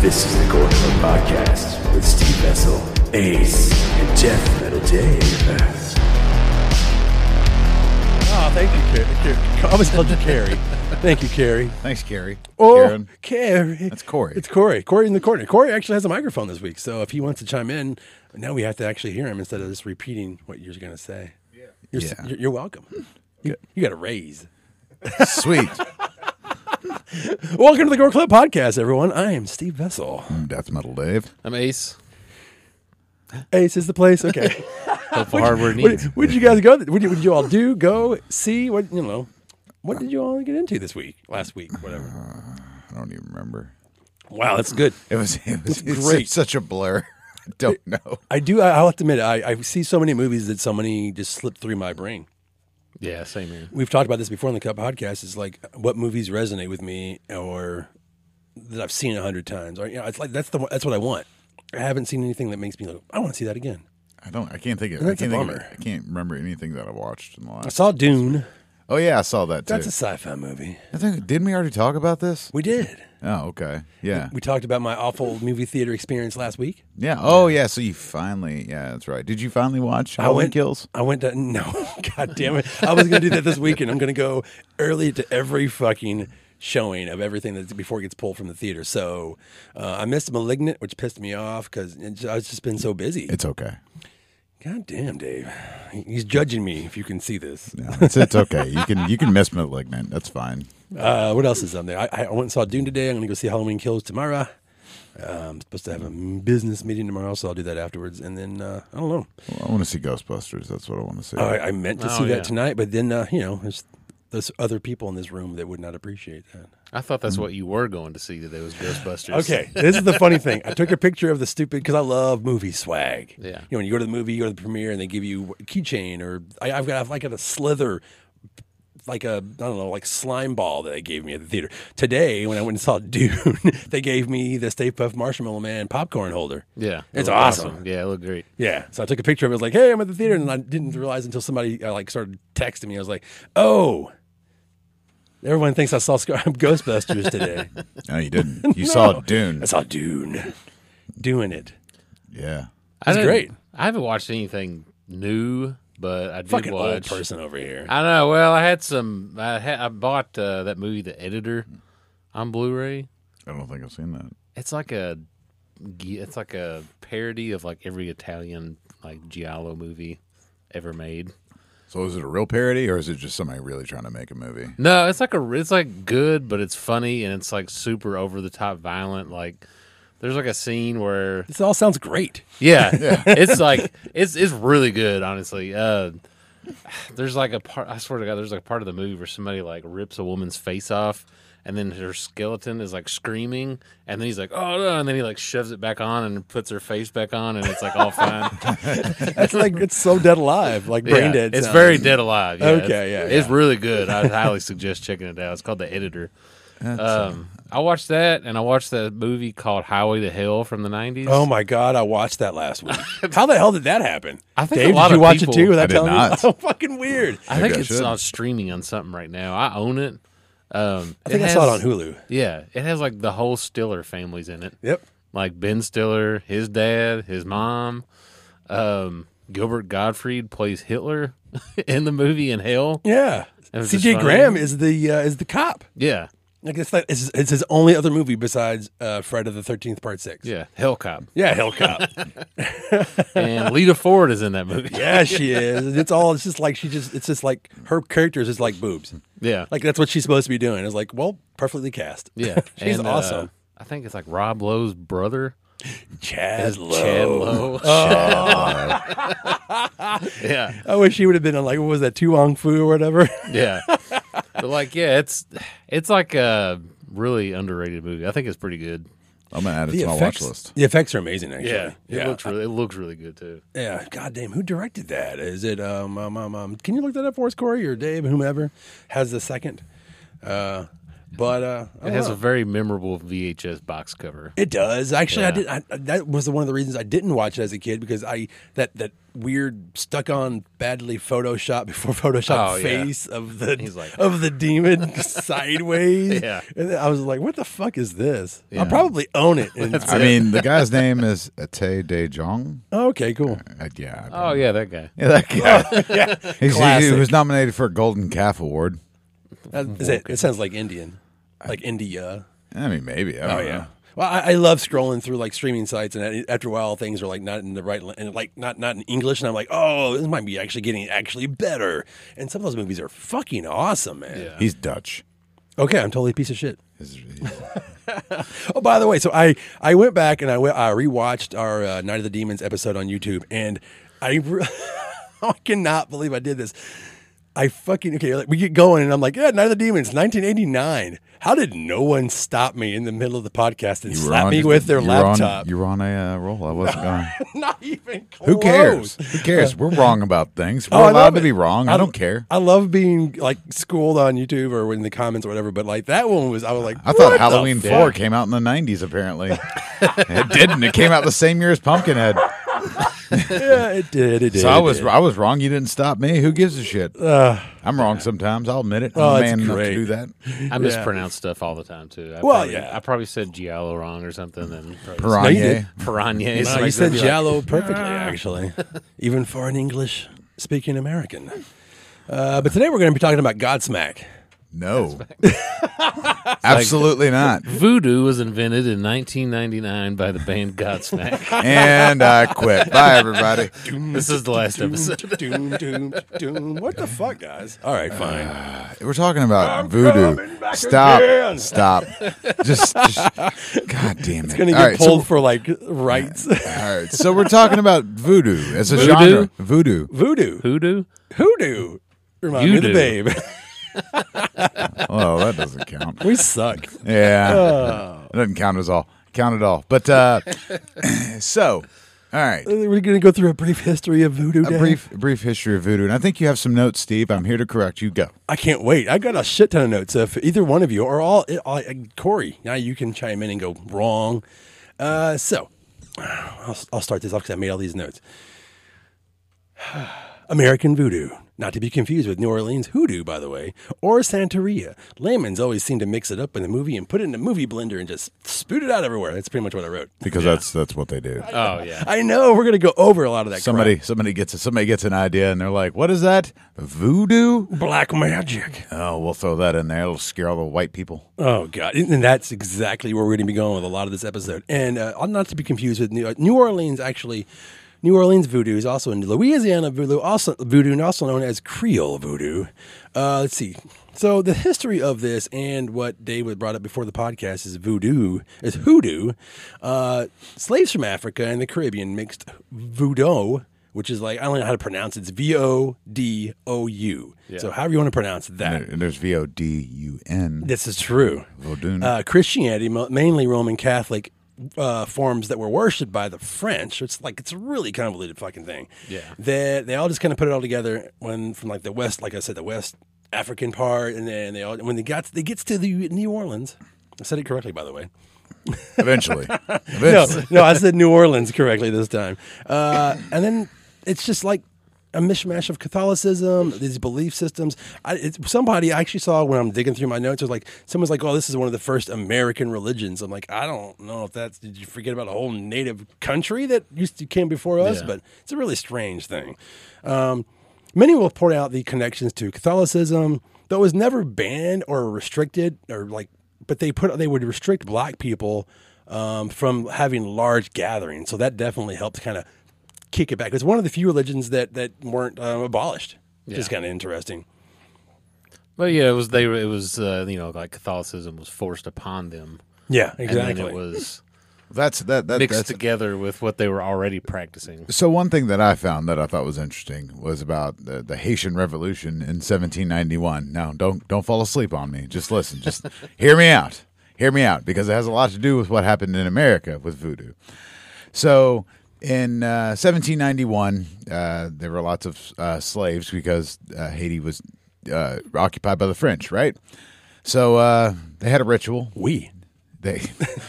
This is the Gore Club Podcast with Steve Vessel, Ace, and Jeff Metal Dave. Oh, thank you, Carrie. Carrie. I always called you Carrie. Thank you, Carrie. Thanks, Gary. Oh, Karen. Carrie. That's Corey. It's Corey. Corey in the corner. Corey actually has a microphone this week, so if he wants to chime in, now we have to actually hear him instead of just repeating what you're going to say. Yeah. You're, s- Yeah. you're- you're welcome. You, you got a raise. Sweet. Welcome to the Gore Club Podcast, everyone. I am Steve Vessel. I'm Death Metal Dave. I'm Ace. Ace is the place. Okay. Helpful hardware what needs. would you guys go? What did you all do? Go see what you know. What did you all get into this week? Last week, whatever. I don't even remember. Wow, that's good. It was it was it's great. such a blur. I don't know. I do. I, I'll have to admit, I, I see so many movies that so many just slip through my brain. Yeah, same here. We've talked about this before in the Cup podcast. Is like what movies resonate with me, or that I've seen a hundred times, or you know, it's like that's the one- that's what I want. I haven't seen anything that makes me like I want to see that again. I don't. I can't think of. I That's a can't think of, bummer. I can't remember anything that I watched in the I last. saw Dune. Oh yeah, I saw that too. That's a sci-fi movie. I think didn't we already talk about this? We did. Oh okay. Yeah. We talked about my awful movie theater experience last week. Yeah. Oh yeah. So you finally. Yeah, that's right. Did you finally watch I Halloween went- Kills? I went to no, god damn it! I was gonna do that this weekend. I'm gonna go early to every fucking showing of everything that's before it gets pulled from the theater. So uh, I missed Malignant, which pissed me off because I've just been so busy. It's okay. God damn, Dave, he's judging me. If you can see this, No, it's, it's okay. You can you can miss malignant. That's fine. uh, what else is on there? I, I went and saw Dune today. I'm gonna go see Halloween Kills tomorrow. Uh, I'm supposed to have a business meeting tomorrow, so I'll do that afterwards. And then uh, I don't know. Well, I want to see Ghostbusters. That's what I want to see. I, I meant to Oh, see that yeah. tonight, but then uh, you know, there's, there's other people in this room that would not appreciate that. I thought that's what you were going to see today was Ghostbusters. Okay, this is the funny thing. I took a picture of the stupid because I love movie swag. Yeah. you know, when you go to the movie, you go to the premiere, and they give you a keychain, or I, I've got I've like got a slither, like a I don't know, like slime ball that they gave me at the theater today. When I went and saw Dune, they gave me the Stay Puft Marshmallow Man popcorn holder. Yeah. it It's looked awesome. Yeah, it looked great. Yeah, so I took a picture of it. I was like, "Hey, I'm at the theater," and I didn't realize until somebody uh, like started texting me. I was like, "Oh, everyone thinks I saw Scar- Ghostbusters today. no, you didn't. You saw I Dune. saw Dune doing it. Yeah. That's great. I haven't watched anything new, but I did Fucking watch. old person over here. I know. Well, I had some. I had, I bought uh, that movie, The Editor, on Blu-ray. I don't think I've seen that. It's like a. g- It's like a parody of like every Italian like giallo movie ever made. So is it a real parody or is it just somebody really trying to make a movie? No, it's like a it's like good, but it's funny and it's like super over the top violent. Like there's like a scene where This all sounds great. yeah, it's like it's it's really good, honestly. Uh, there's like a part I swear to God, there's like a part of the movie where somebody like rips a woman's face off. And then her skeleton is like screaming, and then he's like, "Oh no!" And then he like shoves it back on and puts her face back on, and it's like all fine. That's like it's so dead alive, like brain Yeah, dead. It's sounds. very dead alive. Yeah, Okay, it's- yeah, it's really good. I highly suggest checking it out. It's called The Editor. Um, uh, I watched that, and I watched that movie called Highway to Hell from the nineties. Oh my god, I watched that last week. How the hell did that happen? I think a Dave, lot did you of watch people- it too? Without I did telling not. me, oh, fucking weird. I think Maybe I it's should. on streaming on something right now. I own it. Um, I think I saw it on Hulu. Yeah, it has like the whole Stiller families in it, Yep. like Ben Stiller, his dad, his mom. Um, Gilbert Gottfried plays Hitler in the movie in Hell. Yeah. It was C.J. just Graham funny. is the uh, is the cop. Yeah, Like it's like it's, it's his only other movie besides uh, Friday the Thirteenth Part Six. yeah, Hell Cop. Yeah, Hell Cop. and Lita Ford is in that movie. yeah, she is. It's all. It's just like she just. It's just like her character is just like boobs. Yeah. Like that's what she's supposed to be doing. It's like, well, perfectly cast. Yeah, She's And, uh, awesome. I think it's like Rob Lowe's brother, Chad is Lowe. Chad Lowe. Oh. yeah, I wish he would have been on like what was that, Tu Wong Fu or whatever. yeah. But like, yeah, it's it's like a really underrated movie. I think it's pretty good. I'm gonna add it to my watch list. The effects are amazing, actually. it yeah, looks really it looks really good too. yeah. God damn, who directed that? Is it um, um, um, um, Can you look that up for us, Corey or Dave, whomever has the second? Uh, But uh, I It don't has know. a very memorable VHS box cover. It does actually. I Yeah. did. I, I- that was one of the reasons I didn't watch it as a kid because I that that weird stuck on badly Photoshop before Photoshop Oh, yeah. face of the He's like- "Ah." of the demon sideways. Yeah. and then I was like, what the fuck is this? Yeah. I'll probably own it. And, I mean, the guy's name is Ate Dejong. Oh, okay, cool. Uh, yeah. I don't- Oh yeah, that guy. Yeah, that guy. Oh, Yeah, He's, he, classic. was nominated for a Golden Calf Award. That- is it, it sounds like Indian, like India. I mean, maybe. Oh, I don't know. Uh, Well, I, I love scrolling through like streaming sites, and I- after a while, things are like not in the right la- and like not not in English, and I'm like, oh, this might be actually getting actually better. And some of those movies are fucking awesome, man. Yeah. He's Dutch. Okay, I'm totally a piece of shit. He's- he's- Oh, by the way, so I I went back and I went I rewatched our uh, Night of the Demons episode on YouTube, and I re- I cannot believe I did this. I fucking okay. Like, we get going, and I'm like, yeah, Night of the Demons, 1989. How did no one stop me in the middle of the podcast and you were slap on- me with their you were on- laptop? you were on a uh, roll. I wasn't going. Not even close. Who cares? Who cares? We're wrong about things. We're Oh, I love allowed to it. be wrong. I don't care. I love being like schooled on YouTube or in the comments or whatever, but like that one was, I was like, I thought "What the Halloween f-" 4 came out in the 90s, apparently. it didn't. It came out the same year as Pumpkinhead. Yeah, it did. It did. So I it was did. I was wrong. You didn't stop me. Who gives a shit? I'm wrong sometimes. I'll admit it. I'm Oh, a it's man enough Uh, great. to do that. I mispronounce stuff all the time too. I Well, probably, yeah. I probably said Giallo wrong or something. And No, you Piranha. did. Piranha. No, you said Jallo perfectly, actually, even for an English speaking American. Uh, but today we're going to be talking about Godsmack. No. Absolutely not. Voodoo was invented in 1999 by the band Godsmack. And I quit. Bye, everybody. this is the last episode. doom, doom, doom. What the fuck, guys? All right, Uh, fine. We're talking about I'm coming voodoo. back Stop. again. Stop. Just, just. God damn it. It's going to All get right, so- pulled for like rights. all right. So we're talking about voodoo as a Voodoo? genre. Voodoo. Voodoo. Hoodoo? Hoodoo. Remind You me of the do. babe. Oh, that doesn't count. we suck. Yeah. It doesn't count as all. Count it all. But uh so, all right. We're going to go through a brief history of voodoo. A brief brief history of voodoo. And I think you have some notes, Steve. I'm here to correct you. Go. I can't wait. I got a shit ton of notes. If either one of you or all, I- I- Corey, now you can chime in and go wrong. Uh, so I'll, I'll start this off because I made all these notes. American voodoo, not to be confused with New Orleans hoodoo, by the way, or Santeria. Layman's always seem to mix it up in the movie and put it in a movie blender and just spoot it out everywhere. That's pretty much what I wrote. Because that's that's what they do. Oh, yeah. I know we're gonna go over a lot of that. Somebody somebody gets somebody gets an idea and they're like, "What is that? Voodoo?" crap. black magic. Oh, we'll throw that in there. It'll scare all the white people. Oh God, and and that's exactly where we're going to be going with a lot of this episode. And uh, not to be confused with New, uh, New Orleans, actually, New Orleans voodoo is also in Louisiana voodoo, also voodoo, and also known as Creole voodoo. Uh, let's see. So the history of this and what David brought up before the podcast is voodoo, is hoodoo. Uh, slaves from Africa and the Caribbean mixed voodoo, which is like I don't know how to pronounce it. It's V O D O U. So however you want to pronounce that. And there's V O D U N. This is true. Vodun. Uh, Christianity, mo- mainly Roman Catholic uh, forms that were worshipped by the French. It's like it's a really convoluted fucking thing. Yeah. they they all just kind of put it all together when from like the West, like I said, the West African part, and then they all when they got they gets to the New Orleans. I said it correctly, by the way. Eventually. No, Eventually. no, I said New Orleans correctly this time. Uh, and then it's just like a mishmash of Catholicism, these belief systems. I, it, somebody I actually saw when I'm digging through my notes was like, someone's like, "Oh, this is one of the first American religions." I'm like, I don't know if that's. Did you forget about a whole native country that used to came before us? Yeah. But it's a really strange thing. Um, many will point out the connections to Catholicism, though it was never banned or restricted, or like, but they put they would restrict black people um, from having large gatherings. So that definitely helped kind of kick it back. It's one of the few religions that that weren't um, abolished. Which is Yeah. kind of interesting. But yeah, it was, they were, it was, uh, you know, like Catholicism was forced upon them. Yeah, And then exactly. it was That's that, that mixed that's together with what they were already practicing. So one thing that I found that I thought was interesting was about the, the Haitian Revolution in 1791. Now, don't don't fall asleep on me. Just listen. Just hear me out. Hear me out because it has a lot to do with what happened in America with voodoo. So in uh, 1791, uh, there were lots of uh, slaves because uh, Haiti was uh, occupied by the French, right? So uh, they had a ritual. We. They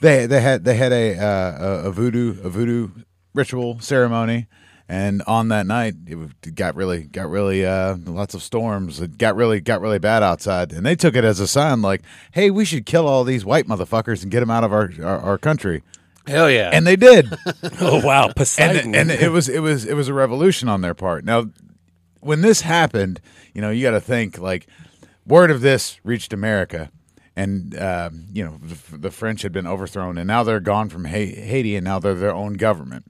they they had they had a uh, a- a voodoo a voodoo ritual ceremony, and on that night it w- it got really got really uh, lots of storms. It got really got really bad outside, and they took it as a sign like, "Hey, we should kill all these white motherfuckers and get them out of our our, our country." Hell yeah. And they did. Oh wow, and Poseidon. and it was it was it was a revolution on their part. Now, when this happened, you know, you got to think like word of this reached America, and um, you know the, the French had been overthrown, and now they're gone from Ha- Haiti, and now they're their own government.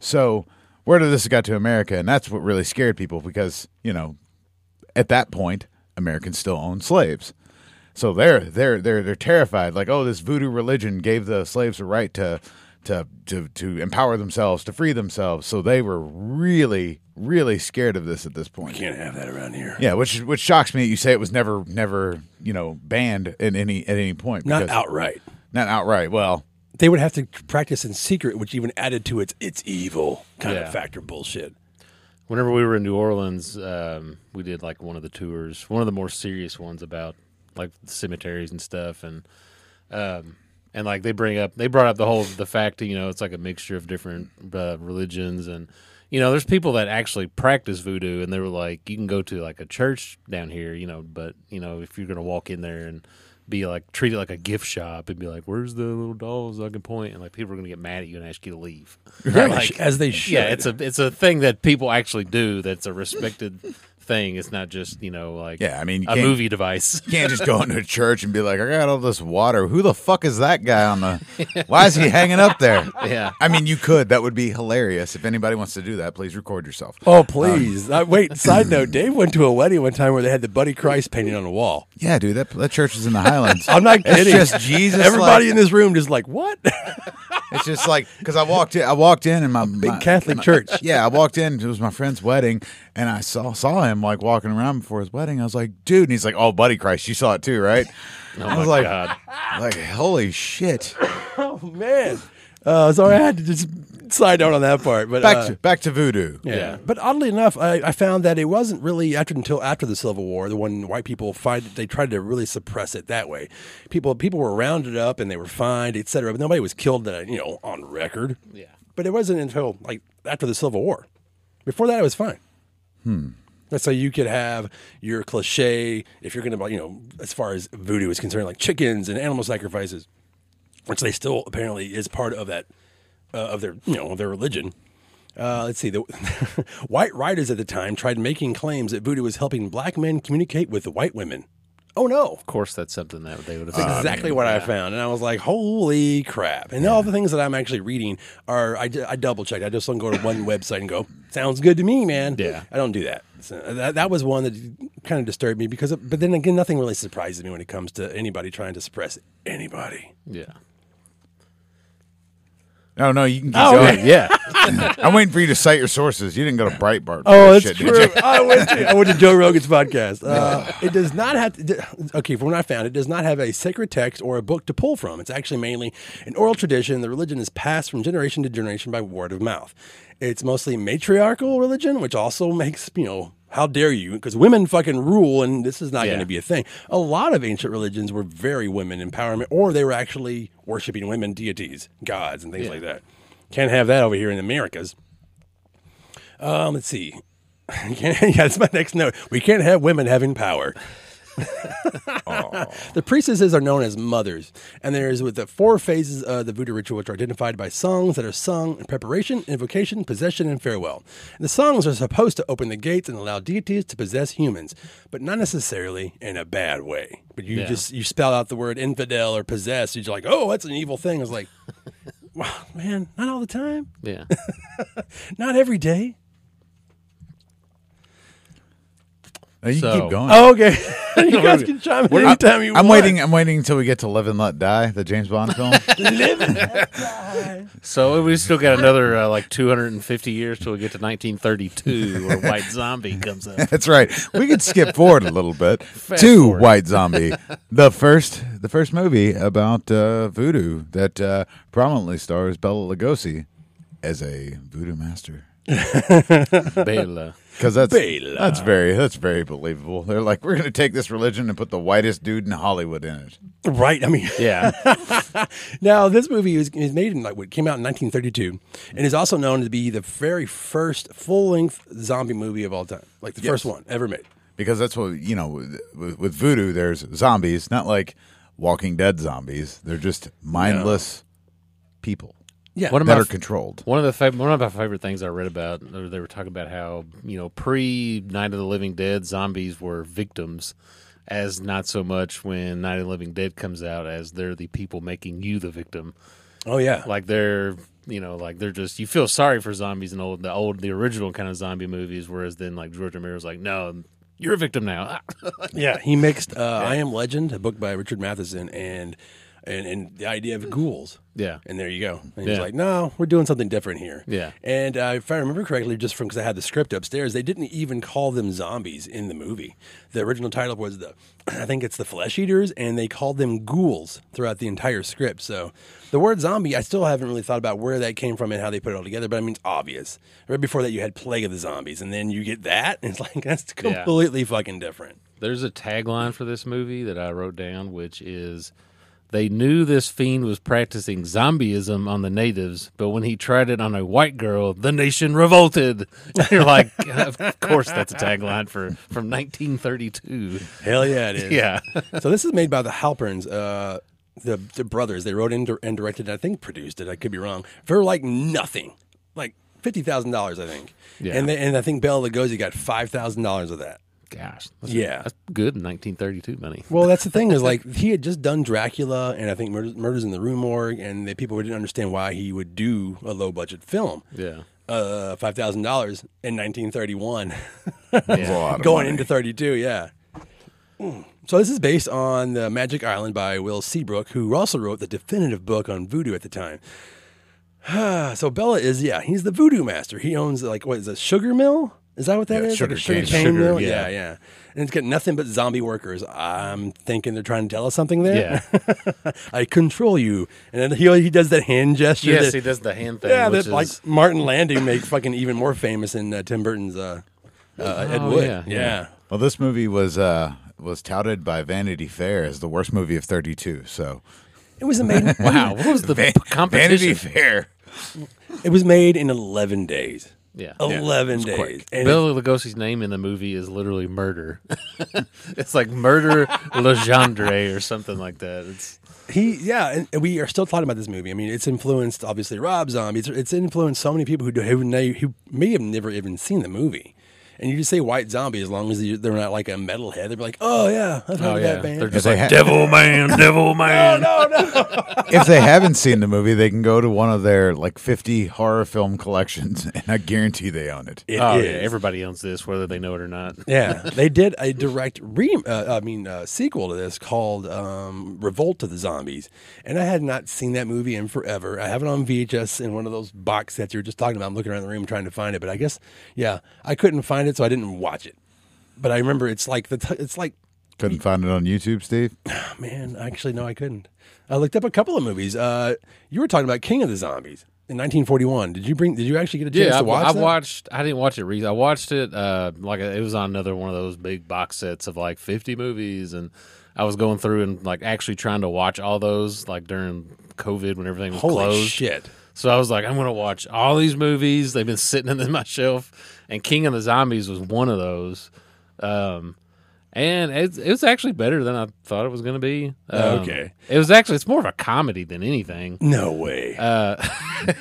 So word of this got to America, and that's what really scared people because you know at that point Americans still owned slaves. So they're they're they're they're terrified. Like, oh, this voodoo religion gave the slaves the right to to to to empower themselves, to free themselves. So they were really really scared of this at this point. can't have that around here. Yeah, which which shocks me that you say it was never never you know banned at any at any point. Not because- outright. not outright. Well, They would have to practice in secret, which even added to its it's evil kind Yeah. of factor bullshit. Whenever we were in New Orleans, um, we did like one of the tours, one of the more serious ones about like cemeteries and stuff, and um, and like they bring up, they brought up the whole the fact you know it's like a mixture of different uh, religions, and you know there's people that actually practice voodoo, and they were like, you can go to like a church down here, you know, but you know if you're gonna walk in there and be like treat it like a gift shop and be like, where's the little dolls I can point, and like people are gonna get mad at you and ask you to leave, Like, as they should. yeah, it's a it's a thing that people actually do. That's a respected thing. It's not just you know like Yeah, I mean, you a can't- movie device. you can't just go into a church and be like, I got all this water. Who the fuck is that guy on the? Why is he hanging up there? Yeah. I mean, you could. That would be hilarious. If anybody wants to do that, please record yourself. Oh please! Uh, wait. Side note: Dave went to a wedding one time where they had the Buddy Christ painting on the wall. Yeah, dude, that that church is in the Highlands. I'm not It's kidding. just Jesus. Everybody like- in this room just like what? It's just like because I walked in. I walked in and my Big my- Catholic church. Yeah, I walked in. It was my friend's wedding, and I saw saw him like walking around before his wedding. I was like, dude, and he's like, oh, buddy, Christ, you saw it too, right? I was my like, God. like holy shit. Oh man. Uh, sorry, I had to just side note on that part. But Back uh, to back to voodoo. Yeah. Yeah. But oddly enough, I, I found that it wasn't really after until after the Civil War, the one white people find they tried to really suppress it that way. People people were rounded up and they were fined, et cetera, but nobody was killed that I- you know on record. Yeah. But it wasn't until like after the Civil War. Before that, it was fine. That's how you could have your cliche if you're going to, you know, as far as voodoo is concerned, like chickens and animal sacrifices, which they still apparently is part of that uh, of their, you know, of their religion. Uh, let's see. The white writers at the time tried making claims that voodoo was helping black men communicate with white women. Oh no! Of course, that's something that they would have. That's exactly what I found. And I was like, holy crap. And all the things that I'm actually reading are, I, d- I double checked. I just don't go to one website and go, sounds good to me, man. Yeah. I don't do that. So uh, that, that was one that kind of disturbed me because, but then again, nothing really surprises me when it comes to anybody trying to suppress anybody. Yeah. No, no, you can keep Oh, going. okay. Yeah. I'm waiting for you to cite your sources. You didn't go to Breitbart. for Oh, this that's shit, did you? true. I went, to, I went to Joe Rogan's podcast. Uh, it does not have to, okay, from what I found, it does not have a sacred text or a book to pull from. It's actually mainly an oral tradition. The religion is passed from generation to generation by word of mouth. It's mostly matriarchal religion, which also makes, you know, how dare you? Because women fucking rule, and this is not Yeah. going to be a thing. A lot of ancient religions were very women empowerment, or they were actually worshiping women deities, gods, and things like that. Can't have that over here in the Americas. Um, let's see. You can't- yeah, that's my next note. We can't have women having power. The priestesses are known as mothers, and there is with the four phases of the voodoo ritual, which are identified by songs that are sung in preparation, invocation, possession, and farewell. And the songs are supposed to open the gates and allow deities to possess humans, but not necessarily in a bad way. But you Yeah. just you spell out the word infidel or possess, you're like, oh, that's an evil thing. It's like, wow, man, not all the time, Yeah. not every day. No, you can So- keep going. Oh, okay, you guys can chime in I'm, anytime you I'm want. waiting. I'm waiting until we get to Live and Let Die, the James Bond film. So we still got another uh, like 250 years till we get to 1932, where White Zombie comes up. That's right. We could skip forward a little bit to forward. White Zombie, the first the first movie about uh, voodoo that uh, prominently stars Bela Lugosi as a voodoo master. Bela. Because that's Bela. that's very that's very believable. They're like, we're gonna take this religion and put the whitest dude in Hollywood in it. Right. I mean, Yeah. now this movie was is made in like what came out in 1932, and is also known to be the very first full length zombie movie of all time, like the first one ever made. Because that's what you know with, with, with voodoo. There's zombies, not like Walking Dead zombies. They're just mindless people Yeah. What am that I? are controlled. One of the fav- one of my favorite things I read about, or they were talking about how you know pre Night of the Living Dead zombies were victims, as not so much when Night of the Living Dead comes out as they're the people making you the victim. oh yeah. Like they're you know like they're just you feel sorry for zombies in old the old the original kind of zombie movies, whereas then like George Romero's like no. You're a victim now. Yeah, he mixed uh, "I Am Legend," a book by Richard Matheson, and and and the idea of ghouls. yeah. And there you go. And he's Yeah. like, "No, we're doing something different here." Yeah. And uh, if I remember correctly, just from because I had the script upstairs, they didn't even call them zombies in the movie. The original title was the, I think it's the Flesh Eaters, and they called them ghouls throughout the entire script. So the word zombie, I still haven't really thought about where that came from and how they put it all together. But I mean, it's obvious. Right before that, you had Plague of the Zombies, and then you get that, and it's like that's Yeah. completely fucking different. There's a tagline for this movie that I wrote down, which is they knew this fiend was practicing zombieism on the natives, but when he tried it on a white girl, the nation revolted. You're like, of course, that's a tagline for from 1932. Hell yeah, it is. Yeah, so this is made by the Halperns, uh, the the brothers. They wrote and, and directed. I think produced it. I could be wrong. For like nothing, like fifty thousand dollars, I think. Yeah. And they, and I think Bela Lugosi got five thousand dollars of that. gosh, that's, Yeah. that's good in 1932 money. Well, that's the thing is like he had just done Dracula and I think Murders, Murders in the Rue Morgue, and the people didn't understand why he would do a low budget film. Yeah, Uh, five thousand dollars in nineteen thirty one. That's a lot of going money. into 32 yeah Mm. so this is based on the magic island by will seabrook who also wrote the definitive book on voodoo at the time so bella is yeah he's the voodoo master he owns like what is a sugar mill is that what that Yeah, is? sugar like a sugar cane. cane Sugar, mill yeah. yeah yeah and it's got nothing but zombie workers i'm thinking they're trying to tell us something there yeah i control you and then he, he does that hand gesture yes, that- he does the hand thing. yeah, which that is, like Martin Landing made fucking even more famous in uh, Tim Burton's uh, uh, Ed Oh, Wood. yeah, yeah. yeah. Well, this movie was uh, was touted by Vanity Fair as the worst movie of 32. So It was made. wow, what was the Van- Vanity competition? Fair. It was made in eleven days. Yeah. eleven days. And it- Bill Lugosi's name in the movie is literally murder. it's like murder Legendre or something like that. It's he, yeah, and- and we are still talking about this movie. I mean, it's influenced obviously Rob Zombie. It's, it's influenced so many people who do, who, know, who may have never even seen the movie. And you just say White Zombie as long as you, they're not like a metalhead. They're like, oh yeah, I've heard oh of yeah, that band. they're If just they, like ha- devil man, devil man. if they haven't seen the movie, they can go to one of their like 50 horror film collections, and I guarantee they own it. It Oh yeah, is. everybody owns this, whether they know it or not. Yeah, they did a direct re. Uh, I mean, uh, sequel to this called um, "Revolt of the Zombies," and I had not seen that movie in forever. I have it on VHS in one of those box sets you were just talking about. I'm looking around the room trying to find it, but I guess yeah, I couldn't find it, so I didn't watch it. But I remember it's like the t- it's like oh, Couldn't find it on YouTube, Steve. man, actually no, I couldn't. I looked up a couple of movies. Uh, you were talking about King of the Zombies in 1941. Did you bring? Did you actually get a chance Yeah, I, to watch? I that? watched. I didn't watch it. Re- I watched it uh, like it was on another one of those big box sets of like fifty movies, and I was going through and like actually trying to watch all those like during COVID when everything was Holy closed. shit! So I was like, I'm going to watch all these movies. They've been sitting in my shelf, and King of the Zombies was one of those. Um, and it, it was actually better than I thought it was going to be. Um, Okay. it was actually it's more of a comedy than anything. No way. Uh,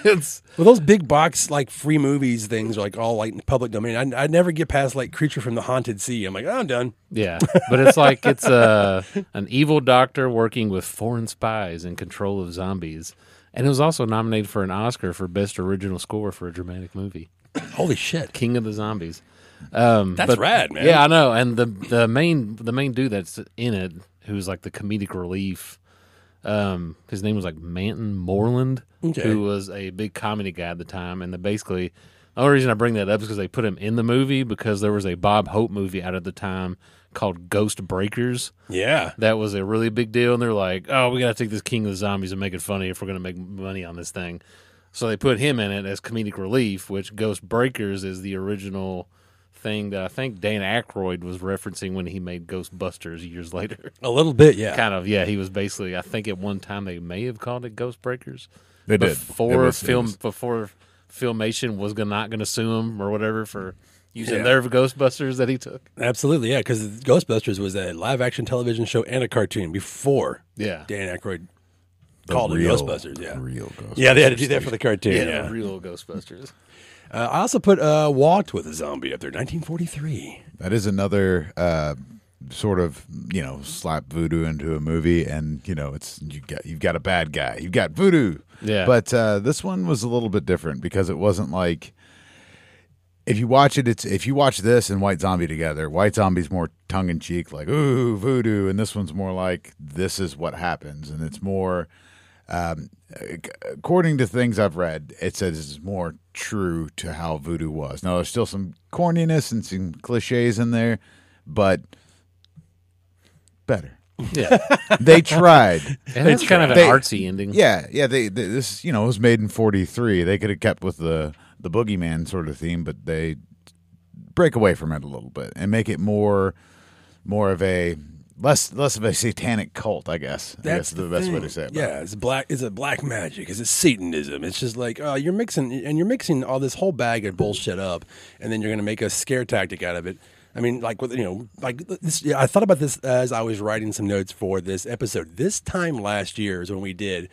it's Well, those big box like free movies things are like all like in public domain. I, I never get past like Creature from the Haunted Sea. I'm like, oh, I'm done. yeah, but it's like it's uh, an evil doctor working with foreign spies in control of zombies. And it was also nominated for an Oscar for best original score for a dramatic movie, Holy shit, King of the Zombies. that's rad, man. Yeah, I know. And the the main the main dude that's in it, who's like the comedic relief, um, his name was like Manton Moreland, Okay. who was a big comedy guy at the time. And the basically the only reason I bring that up is because they put him in the movie because there was a Bob Hope movie out at the time called Ghost Breakers yeah. that was a really big deal. And they're like, oh, we got to take this King of the Zombies and make it funny if we're going to make money on this thing. So they put him in it as comedic relief, which Ghost Breakers is the original thing that I think Dan Aykroyd was referencing when he made Ghostbusters years later. A little bit, yeah. kind of, yeah. He was basically, I think at one time they may have called it Ghost Breakers. They did. It before was- it film was- before filmation was gonna, not going to sue him or whatever for using Yeah. their Ghostbusters that he took. Absolutely, yeah. Because Ghostbusters was a live action television show and a cartoon before Yeah, Dan Aykroyd called it real- Ghostbusters. Yeah, the real Ghostbusters. yeah. They had to do that for the cartoon. yeah, Yeah. the real Ghostbusters. Uh, I also put uh, Walked with a Zombie up there, 1943. That is another uh, sort of you know slap voodoo into a movie, and you know it's you got you've got a bad guy, you've got voodoo. Yeah. But uh, this one was a little bit different because it wasn't like if you watch it, it's if you watch this and White Zombie together, White Zombie's more tongue in cheek, like ooh voodoo, and this one's more like this is what happens, and it's more. Um, ac- according to things I've read, it says it's more true to how voodoo was. Now there's still some corniness and some cliches in there, but better. Yeah, They tried. and it's kind of an They- artsy ending. Yeah, yeah. They, they this you know it was made in '43. They could have kept with the the boogeyman sort of theme, but they break away from it a little bit and make it more more of a less less of a satanic cult. I guess I guess is the, best way thing. to say it. Yeah, it's black. It's a black magic. It's a Satanism. It's just like uh, you're mixing and you're mixing all this whole bag of bullshit up, and then you're gonna make a scare tactic out of it. I mean, like with you know, like this. Yeah, I thought about this as I was writing some notes for this episode. This time last year is when we did.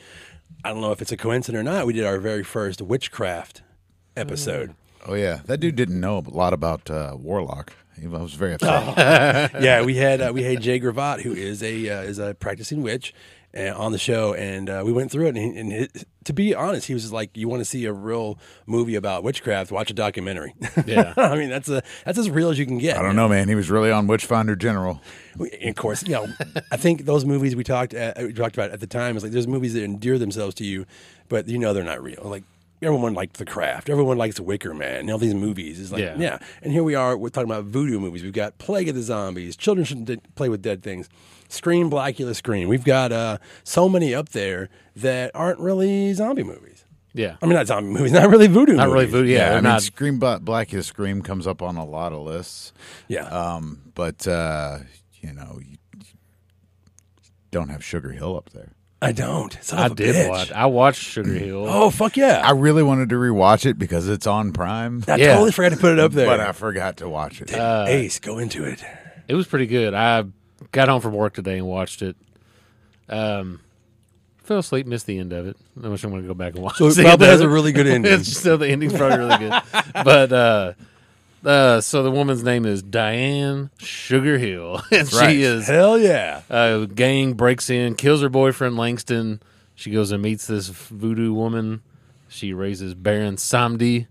I don't know if it's a coincidence or not. We did our very first witchcraft episode. Oh yeah, that dude didn't know a lot about uh, Warlock. He- I was very Oh. upset. yeah, we had uh, we had Jay Gravatt, who is a uh, is a practicing witch, uh, on the show, and uh, we went through it. And, he, and it, to be honest, he was just like, "You want to see a real movie about witchcraft? Watch a documentary." Yeah. I mean that's a that's as real as you can get. I don't know, man. He was really on Witchfinder General. We- and of course, you know, I think those movies we talked at, we talked about at the time is like there's movies that endear themselves to you, but you know they're not real. Like everyone liked The Craft, everyone likes Wicker Man, and all these movies. It's like Yeah. yeah. and here we are. We're talking about voodoo movies. We've got Plague of the Zombies. Children shouldn't d- play with dead things. Scream, Blackula, Scream. We've got uh, so many up there that aren't really zombie movies. yeah. I mean, not zombie movies, not really voodoo. Not really movies. voodoo. Yeah, I they're mean, not. Scream Bla- Black is Scream comes up on a lot of lists. Yeah, Um, but uh, you know, you, you don't have Sugar Hill up there. I don't. Son I of a did bitch. watch. I watched Sugar Hill. Oh fuck yeah! I really wanted to rewatch it because it's on Prime, I, yeah. totally forgot to put it up there. but I forgot to watch it. Uh, Ace, go into it. It was pretty good. I got home from work today and watched it. Um, fell asleep, missed the end of it. I wish I'm going to go back and watch. So it the probably end has of it. a really good ending. it's still the ending's probably really good. But uh, uh, so the woman's name is Diane Sugar Hill, and right. she is Hell yeah. a gang breaks in, kills her boyfriend Langston. She goes and meets this voodoo woman. She raises Baron Samdi,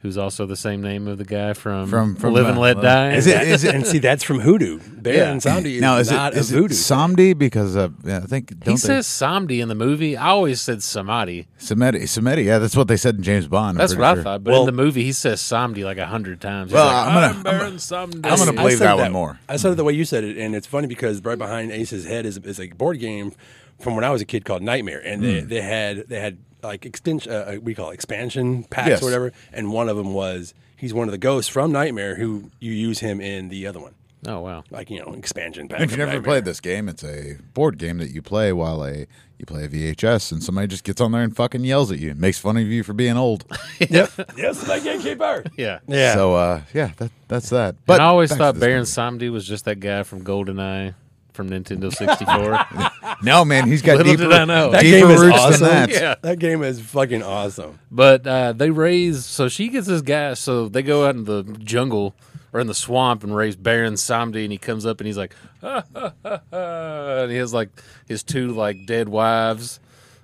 who's also the same name of the guy from, From- from, Live uh, and Let Live- Die. Is it- That- is it- and see, that's from Hoodoo. Bear Yeah. and Zombie is, now is not it is a it voodoo. Samdi? Because uh, yeah, I think don't He they- says Samdi in the movie. I always said Samadi. Samedi. Samedi. Yeah, that's what they said in James Bond. I'm That's pretty what I sure. thought. But in Well- the movie, he says Samdi like a hundred times. He's Well, like, I'm gonna- I'm Baron Samdi. I'm gonna I believe said that one more. I said it the way you said it, and it's funny because right behind Ace's head is, is a board game from when I was a kid called Nightmare, and they, Hmm. they had they had like extension, uh, uh, we call it expansion packs Yes. or whatever, and one of them was he's one of the ghosts from Nightmare who you use him in the other one, Oh wow. like you know expansion pack. If you've of never Nightmare. played this game, it's a board game that you play while a you play a VHS, and somebody just gets on there and fucking yells at you, and makes fun of you for being old. yep, yes, my gamekeeper. Yeah. Yeah. So uh, yeah, that, that's that. But But I always back to thought this Baron Samdi was just that guy from GoldenEye from Nintendo 64. movie. No man, he's got Little deeper, did I know. That deeper game is roots awesome. than that. Yeah. That game is fucking awesome. But uh, they raise, so she gets this guy. So they go out in the jungle or in the swamp and raise Baron Samdi, and he comes up and he's like, "Ha, ha, ha, ha," and he has like his two like dead wives,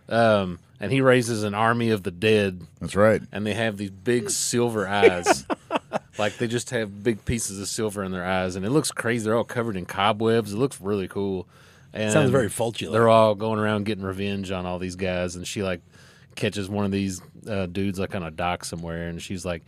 um, and he raises an army of the dead, That's right. and they have these big silver eyes, like they just have big pieces of silver in their eyes, and it looks crazy. They're all covered in cobwebs. It looks really cool. And Sounds very faulty. they're all going around getting revenge on all these guys and she like catches one of these uh, dudes like on a dock somewhere and she's like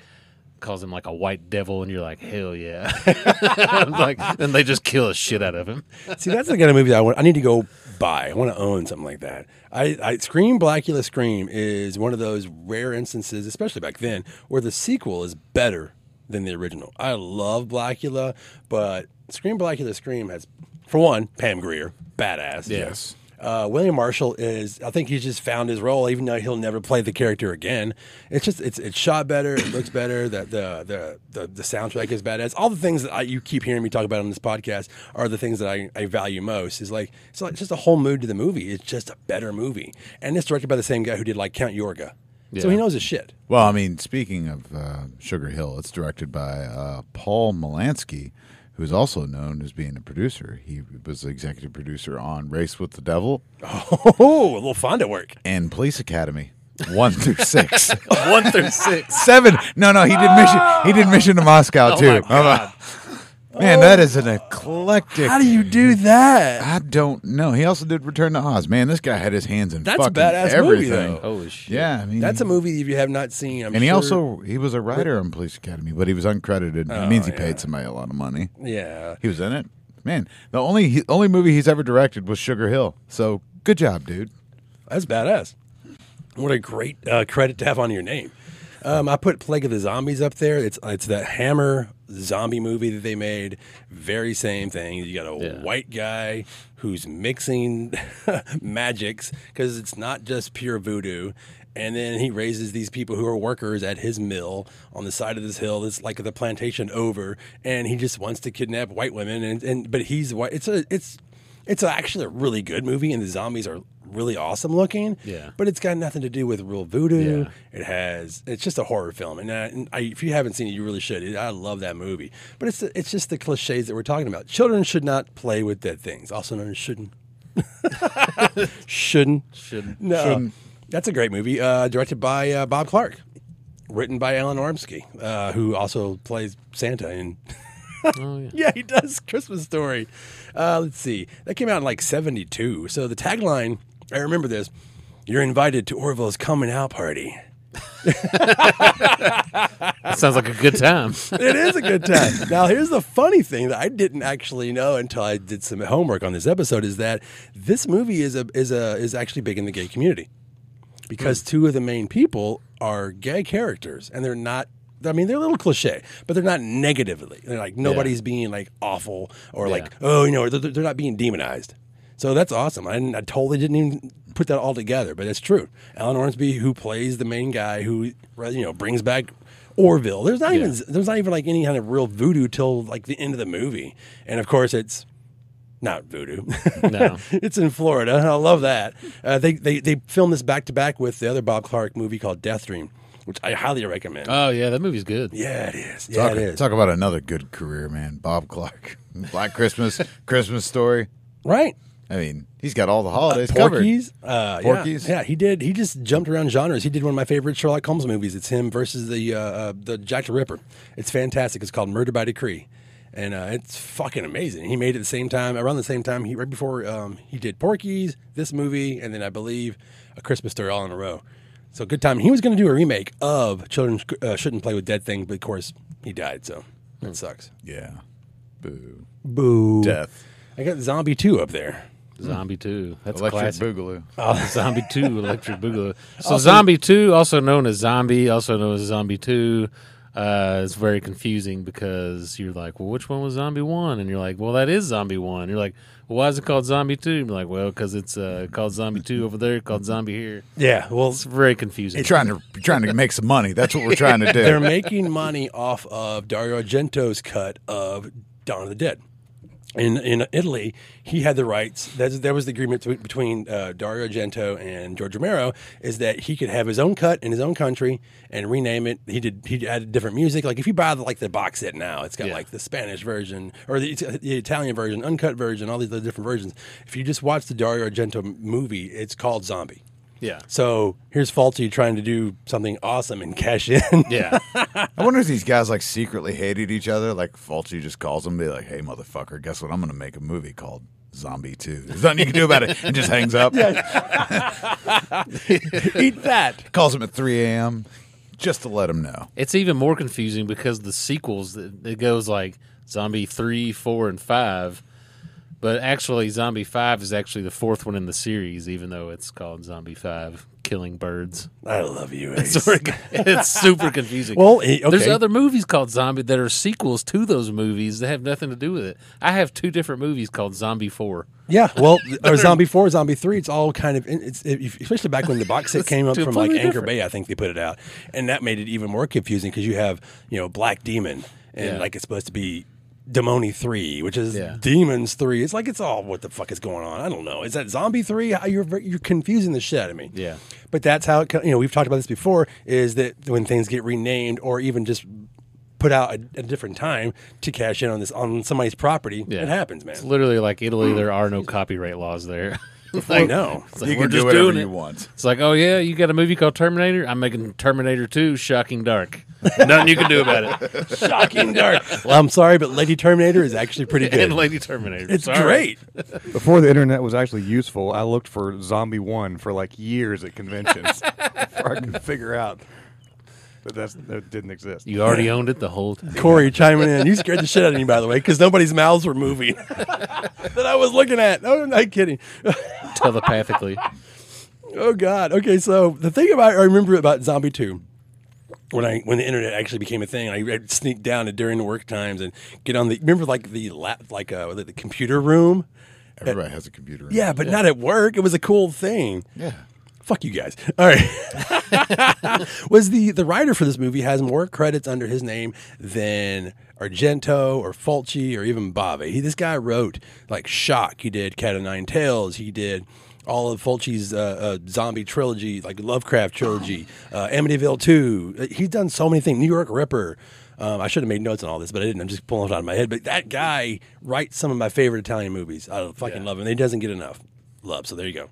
calls him like a white devil, and you're like, hell yeah. like, and they just kill the shit out of him. See, that's the kind of movie that I want. I need to go buy. I want to own something like that. I, I Scream Blackula Scream is one of those rare instances, especially back then, where the sequel is better than the original. I love Blackula, but Scream Blackula Scream has, for one, Pam Grier, badass. Yes. Uh, William Marshall is. I think he's just found his role, even though he'll never play the character again. It's just it's it's shot better, it looks better. That the the the the soundtrack is badass. All the things that I, you keep hearing me talk about on this podcast are the things that I, I value most. Is like it's like just a whole mood to the movie. It's just a better movie, and it's directed by the same guy who did like Count Yorga, so he knows his shit. Well, I mean, speaking of uh, Sugar Hill, it's directed by uh, Paul Malansky, who's also known as being a producer. He was the executive producer on Race with the Devil Oh, a little Fonda work. and Police Academy one through six. One through six. Seven. No, no, he did mission. Oh. He did mission to Moscow too. Oh my God. Man, that is an eclectic. Oh. How do you do that? I don't know. He also did Return to Oz. Man, this guy had his hands in That's a fucking badass movie, everything. though. Oh, Oh, Holy shit. Yeah, I mean, That's a movie if you have not seen. I'm and he sure- Oh, also he was a writer on Police Academy, but he was uncredited. That means he paid somebody a lot of money. yeah. He was in it. Man, the only he, only movie he's ever directed was Sugar Hill. So good job, dude. That's badass. What a great uh, credit to have on your name. Um, I put Plague of the Zombies up there. It's it's that Hammer zombie movie that they made. Very same thing. You got a Yeah. white guy who's mixing magics because it's not just pure voodoo. And then he raises these people who are workers at his mill on the side of this hill. It's like the plantation over, and he just wants to kidnap white women. And, and but he's white. It's a it's it's actually a really good movie, and the zombies are really awesome looking. Yeah. But it's got nothing to do with real voodoo. Yeah. It has. It's just a horror film, and, I, and I, if you haven't seen it, you really should. It, I love that movie. But it's it's just the cliches that we're talking about. Children should not play with dead things. Also known as shouldn't. shouldn't. Shouldn't. No. That's a great movie. Uh, directed by uh, Bob Clark. Written by Alan Ormsky, uh, who also plays Santa in yeah, he does. Christmas Story. Uh, let's see. That came out in like 72. So the tagline, I remember this you're invited to Orville's coming out party. That sounds like a good time. It is a good time. now, here's the funny thing that I didn't actually know until I did some homework on this episode is that this movie is a is a is actually big in the gay community because two of the main people are gay characters and they're not. I mean, they're a little cliche, but they're not negatively. They're like nobody's being like awful or like oh, you know, they're, they're not being demonized. So that's awesome. I, didn't- I totally didn't even put that all together, but it's true. Alan Ormsby, who plays the main guy, who you know brings back Orville. There's not even there's not even like any kind of real voodoo till like the end of the movie, and of course it's not voodoo. No. it's in Florida. I love that. Uh, they, they they filmed this back to back with the other Bob Clark movie called Death Dream, which I highly recommend. Oh, yeah. That movie's good. yeah, it is. Yeah, Talk, it is. talk about another good career, man. Bob Clark, Black Christmas, Christmas Story. Right. I mean, he's got all the holidays covered. Porky's. Uh, yeah. Porky's? Yeah, he did. He just jumped around genres. He did one of my favorite Sherlock Holmes movies. It's him versus the uh, uh, the Jack the Ripper. It's fantastic. It's called Murder by Decree, and uh, it's fucking amazing. He made it the same time, around the same time. He right before um, he did Porky's, this movie, and then I believe A Christmas Story all in a row. So good time. He was going to do a remake of Children uh, Shouldn't Play with Dead Things, but of course he died. So that sucks. Yeah. Hmm. Boo. Boo. Death. I got Zombie Two up there. Zombie 2. That's Electric classic. Boogaloo. Oh, Zombie 2, Electric Boogaloo. So, Zombie 2, also known as Zombie, also known as Zombie 2, uh, is very confusing because you're like, well, which one was Zombie 1? And you're like, well, that is Zombie 1. You're like, well, why is it called Zombie 2? And you're like, well, because it's uh, called Zombie 2 over there, called Zombie here. Yeah. Well, It's very confusing. You're trying to you're trying to make some money. That's what we're trying to They're do. making money off of Dario Argento's cut of Dawn of the Dead. In in Italy, he had the rights. That's, that was the agreement between- between uh, Dario Argento and George Romero is that he could have his own cut in his own country and rename it. He did he added different music. Like if you buy the, like the box set now, it's got Yeah. like the Spanish version or the, It- the Italian version, uncut version, all these other different versions. If you just watch the Dario Argento m- movie, it's called Zombie. Yeah. So here's Fawlty trying to do something awesome and cash in. Yeah. I wonder if these guys like secretly hated each other. Like Fulci just calls them, be like, "Hey, motherfucker, guess what? I'm gonna make a movie called Zombie Two. There's nothing you can do about it." And just hangs up. Eat that. Calls him at 3 a.m. just to let them know. It's even more confusing because the sequels it it goes like Zombie three, four, and five, but actually Zombie five is actually the fourth one in the series, even though it's called Zombie five: Killing Birds. I love you, Ace. Sorry, it's super confusing. Well, eh, there's okay. other movies called Zombie that are sequels to those movies that have nothing to do with it. I have two different movies called Zombie Four. Yeah, well, or Zombie Four, Zombie Three, it's all kind of it's if- especially back when the box set came up from like completely Anchor different. Bay, I think they put it out, and that made it even more confusing because you have you know Black Demon and Yeah. like it's supposed to be Demoni Three, which is Yeah. Demons Three. It's like it's all what the fuck is going on? I don't know. Is that Zombie Three? How- You're you're confusing the shit out of me. Yeah. but that's how it, co- you know we've talked about this before. Is that when things get renamed or even just put out at a different time to cash in on this on somebody's property? Yeah. It happens, man. It's literally like Italy. There are no copyright laws there. Hmm. I know. It's like, you we're can do just whatever doing you it. want. It's like, oh yeah, you got a movie called Terminator. I'm making Terminator Two: Shocking Dark. Nothing you can do about it. Shocking dark. Well, I'm sorry, but Lady Terminator is actually pretty good. And Lady Terminator. it's Sorry. great. Before the internet was actually useful, I looked for Zombie One for like years at conventions before I could figure out that that's, that didn't exist. You already owned it the whole time. Corey chiming in. You scared the shit out of me, by the way, because nobody's mouths were moving that I was looking at. No, I'm not kidding. telepathically. Oh God. Okay, so the thing about I remember about Zombie Two, when I when the internet actually became a thing, I would sneak down and during the work times and get on the remember like the lap like uh the, the computer room. Everybody has a computer. in Yeah, but not at work. It was a cool thing. it. yeah. Fuck you guys. All right. was the the writer for this movie has more credits under his name than Argento or Fulci or even Bave. He this guy wrote like Shock. He did Cat of Nine Tails. He did all of Fulci's uh, uh, zombie trilogy, like Lovecraft trilogy, uh, Amityville Two. Uh, He's done so many things. New York Ripper. Um, I should have made notes on all this, but I didn't. I'm just pulling it out of my head. But that guy writes some of my favorite Italian movies. I fucking love him. He doesn't get enough love. So there you go.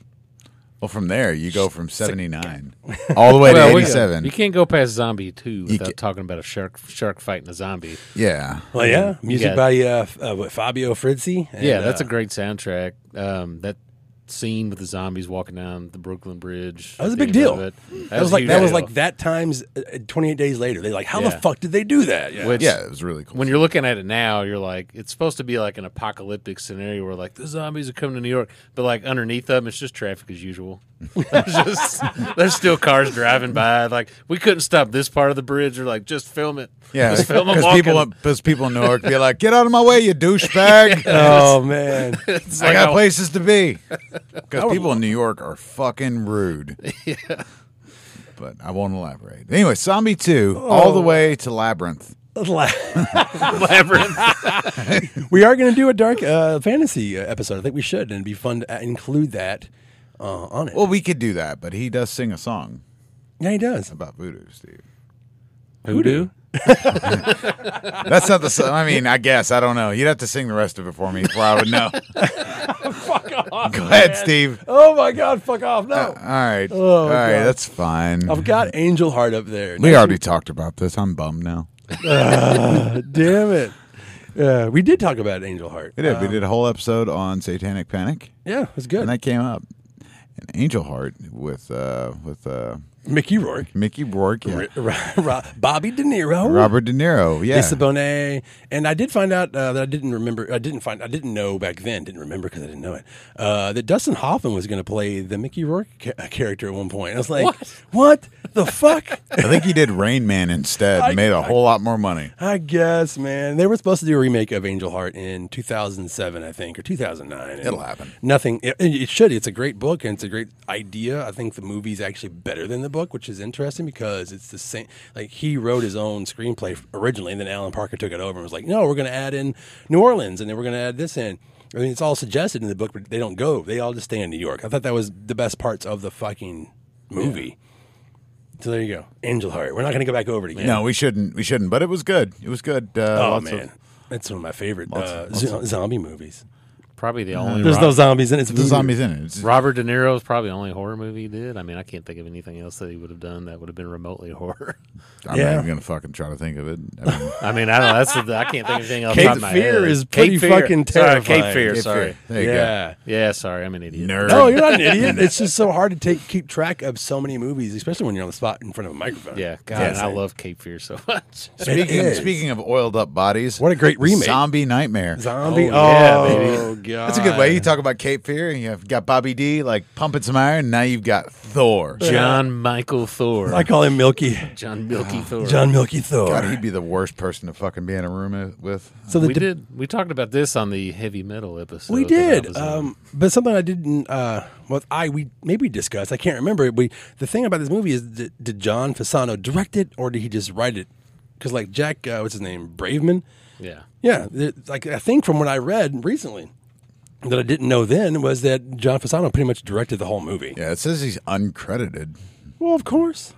Well, from there you go from seventy nine all the way Well, to we- eighty seven. You can't go past Zombie Two without ca- talking about a shark shark fighting a zombie. Yeah. Well, Oh, yeah, music got- by uh, F- uh, what, Fabio Frizzi. and, yeah, that's uh, a great soundtrack. Um, that scene with the zombies walking down the Brooklyn Bridge. That was a the big end deal. of it. That was a like huge that was deal. like that times uh, uh, 28 days later. They like, how the Yeah. fuck did they do that? Yeah. Which- Yeah, it was really cool. When you're looking at it now, you're like, it's supposed to be like an apocalyptic scenario where like the zombies are coming to New York, but like underneath them, it's just traffic as usual. It's just, there's still cars driving by. Like we couldn't stop this part of the bridge. Or like just film it. yeah, just film 'em because people walking. because people in New York be like, "Get out of my way, you douchebag! Uh, oh man, It's I like got how- places to be." Because people in New York are fucking rude. yeah. But I won't elaborate. Anyway, Zombie Two, all Oh. the way to Labyrinth. Labyrinth. we are going to do a dark uh, fantasy uh, episode. I think we should, and it'd be fun to uh, include that uh, on it. Well, we could do that, but he does sing a song yeah, he does. about voodoo, Steve. Hoodoo. That's not the. song. I mean, I guess I don't know. You'd have to sing the rest of it for me before I would know. Fuck off. Go ahead, Steve. Oh my god, fuck off! No, All Uh, right, Oh, all right, God. that's fine. I've got Angel Heart up there. we already talked about this. I'm bummed now. Damn it. Uh, we did talk about Angel Heart. We did. we did a whole episode on Satanic Panic, Yeah, it was good. and that came up. And Angel Heart with uh with uh Mickey Rourke, Mickey Rourke, yeah. Ro- Ro- Ro- Bobby De Niro, Robert De Niro, yeah. Lisa Bonet, and I did find out uh, that I didn't remember. I didn't find. I didn't know back then. Didn't remember because I didn't know it. Uh, that Dustin Hoffman was going to play the Mickey Rourke ca- uh, character at one point. I was like, what, the fuck? I think he did Rain Man instead. and made a whole lot more money. I guess, man. They were supposed to do a remake of Angel Heart in 2007, I think, or 2009. and It'll happen. Nothing. It, it should. It's a great book and it's a great idea. I think the movie's actually better than the book, which is interesting because it's the same. Like he wrote his own screenplay originally, and then Alan Parker took it over and was like, "No, we're going to add in New Orleans, and then we're going to add this in." I mean, it's all suggested in the book, but they don't go. They all just stay in New York. I thought that was the best parts of the fucking movie. So there you go, Angel Heart. We're not going to go back over it again. No, we shouldn't. We shouldn't. But it was good. It was good. Uh, Oh lots man, Of, that's one of my favorite lots uh, of- lots zo- zombie movies. probably the only. There's Rob- no zombies in it. It's The voodoo. zombies in it. It's- Robert De Niro is probably the only horror movie he did. I mean, I can't think of anything else that he would have done that would have been remotely horror. I'm Yeah. not even gonna fucking try to think of it. I mean, I mean, I don't. know. That's the, I can't think of anything else. Cape top of my Fear head. is Cape pretty Fear. fucking Sorry, Cape terrifying. Fear. if sorry. you're- There you Yeah. Yeah, sorry. I'm an idiot. go. Nerd. No, Oh, you're not an idiot. It's just so hard to take keep track of so many movies, especially when you're on the spot in front of a microphone. Yeah, God, Yes. and I love Cape Fear so much. It Speaking is. speaking of oiled up bodies, What a great remake. Zombie Nightmare. Zombie. Oh, Oh, yeah, god. That's a good way. You talk about Cape Fear, and you've got Bobby D like pumping some iron. Now you've got Thor. John Michael Thor. I call him Milky. John Milky Thor. John Milky Thor. God, he'd be the worst person to fucking be in a room i- with. so we de- did. We talked about this on the heavy metal episode. We that I did, was on. um, but something I didn't. Uh, well, I we maybe we discussed. I can't remember. We the thing about this movie is, did, did John Fasano direct it or did he just write it? Because like Jack, uh, what's his name, Braveman. yeah. Yeah, th- like I think from what I read recently that I didn't know then was that John Fasano pretty much directed the whole movie. Yeah, it says he's uncredited. Well, of course.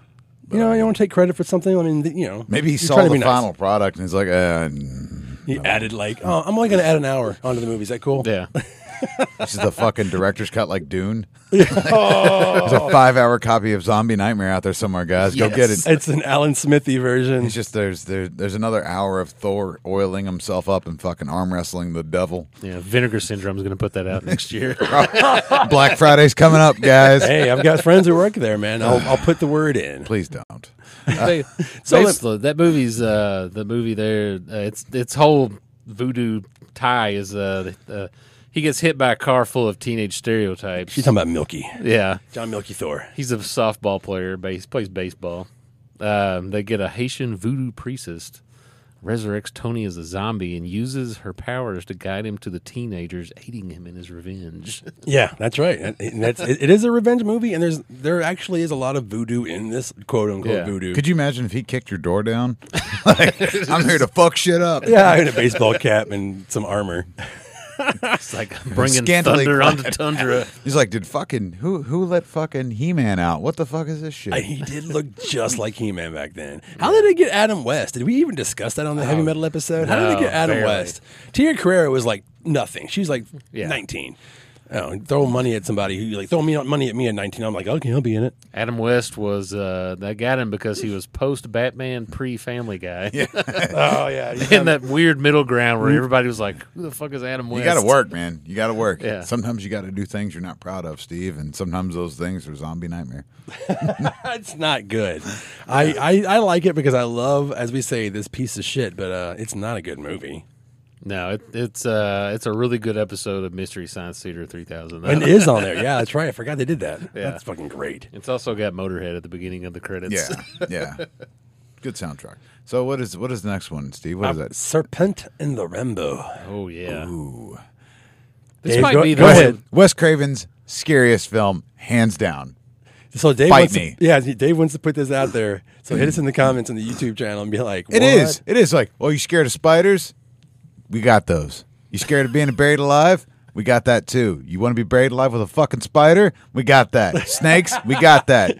You know, you don't want to take credit for something. I mean, th- you know, um, Maybe he you're saw trying to the be nice. final product and he's like, uh, He added like, oh, I'm only going to add an hour onto the movie. Is that cool? Yeah. this is the fucking director's cut like Dune. There's a five hour copy of Zombie Nightmare out there somewhere, guys. Go get Yes. it. It's an Alan Smithy version. It's just there's there, there's another hour of Thor oiling himself up and fucking arm wrestling the devil. Yeah. Vinegar Syndrome's going to put that out next year. Black Friday's coming up, guys. hey, I've got friends who work there, man. I'll, I'll put the word in. Please don't. They- So basically, that movie's uh, the movie there. Uh, it's its whole voodoo tie is uh, uh, he gets hit by a car full of teenage stereotypes. She's talking about Milky. yeah, John Milky Thor. he's a softball player. Base plays baseball. Um, they get a Haitian voodoo priestess resurrects Tony as a zombie and uses her powers to guide him to the teenagers, aiding him in his revenge. Yeah, that's right. And- and that's it, it is a revenge movie, and there's there actually is a lot of voodoo in this quote unquote Yeah. voodoo. Could you imagine if he kicked your door down? Like, I'm here to fuck shit up. yeah, in a baseball cap and some armor. it's like bringing Scantily thunder clad. onto tundra. He's like, dude, fucking who who let fucking He Man out? What the fuck is this shit? And he did look just like He Man back then. How did they get Adam West? Did we even discuss that on the heavy metal episode? How did they no, get Adam barely. West? Tia Carrera was like nothing. She's like Yeah. nineteen. Oh, throw money at somebody who like throw me money at me at nineteen. I'm like, okay, I'll be in it. Adam West was uh, that got him because he was post Batman, pre Family Guy. Oh yeah, In that weird middle ground where everybody was like, "Who the fuck is Adam West?" Mm. You got to work, man. You got to work. Yeah. Sometimes you got to do things you're not proud of, Steve, and sometimes those things are zombie nightmare. It's not good. I, I, I like it because I love, as we say, this piece of shit, but uh, it's not a good movie. No, it, it's uh, it's a really good episode of Mystery Science Theater three thousand. And it is on there. Yeah, that's right. I forgot they did that. Yeah. That's fucking great. It's also got Motorhead at the beginning of the credits. Yeah, yeah. Good soundtrack. So what is what is the next one, Steve? Uh, What is that? Serpent in the Rambo. oh yeah. Ooh. This Dave, might go- be the go one- ahead. Wes Craven's scariest film, hands down. So Dave Fight wants me. To, yeah, Dave wants to put this out there. So hit us in the comments on the YouTube channel and be like, what? It is. It is like, oh, you scared of spiders? We got those. You scared of being buried alive? We got that too. You want to be buried alive with a fucking spider? We got that. Snakes? We got that.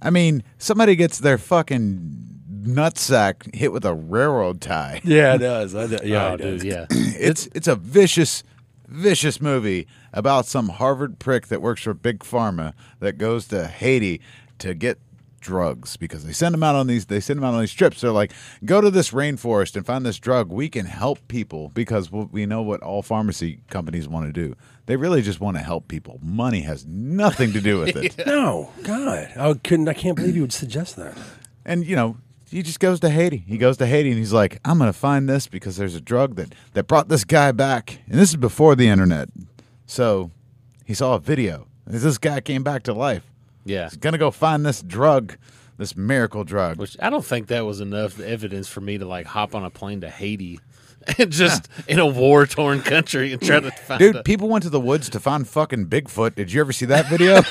I mean, somebody gets their fucking nutsack hit with a railroad tie. Yeah, it does. I do- yeah, Oh, it dude, does. yeah. It's it's a vicious, vicious movie about some Harvard prick that works for big pharma that goes to Haiti to get drugs because they send them out on these they send them out on these trips. They're like, go to this rainforest and find this drug. We can help people because we- we know what all pharmacy companies want to do. They really just want to help people. Money has nothing to do with it. No, God, I couldn't. I can't believe you would suggest that. and you know he just goes to Haiti. He goes to Haiti and he's like, "I'm gonna find this because there's a drug that that brought this guy back." And this is before the internet, so he saw a video. As This guy came back to life. Yeah. He's gonna go find this drug, this miracle drug. Which I don't think that was enough evidence for me to like hop on a plane to Haiti and just in a war torn country and try to find Dude, a- people went to the woods to find fucking Bigfoot. Did you ever see that video?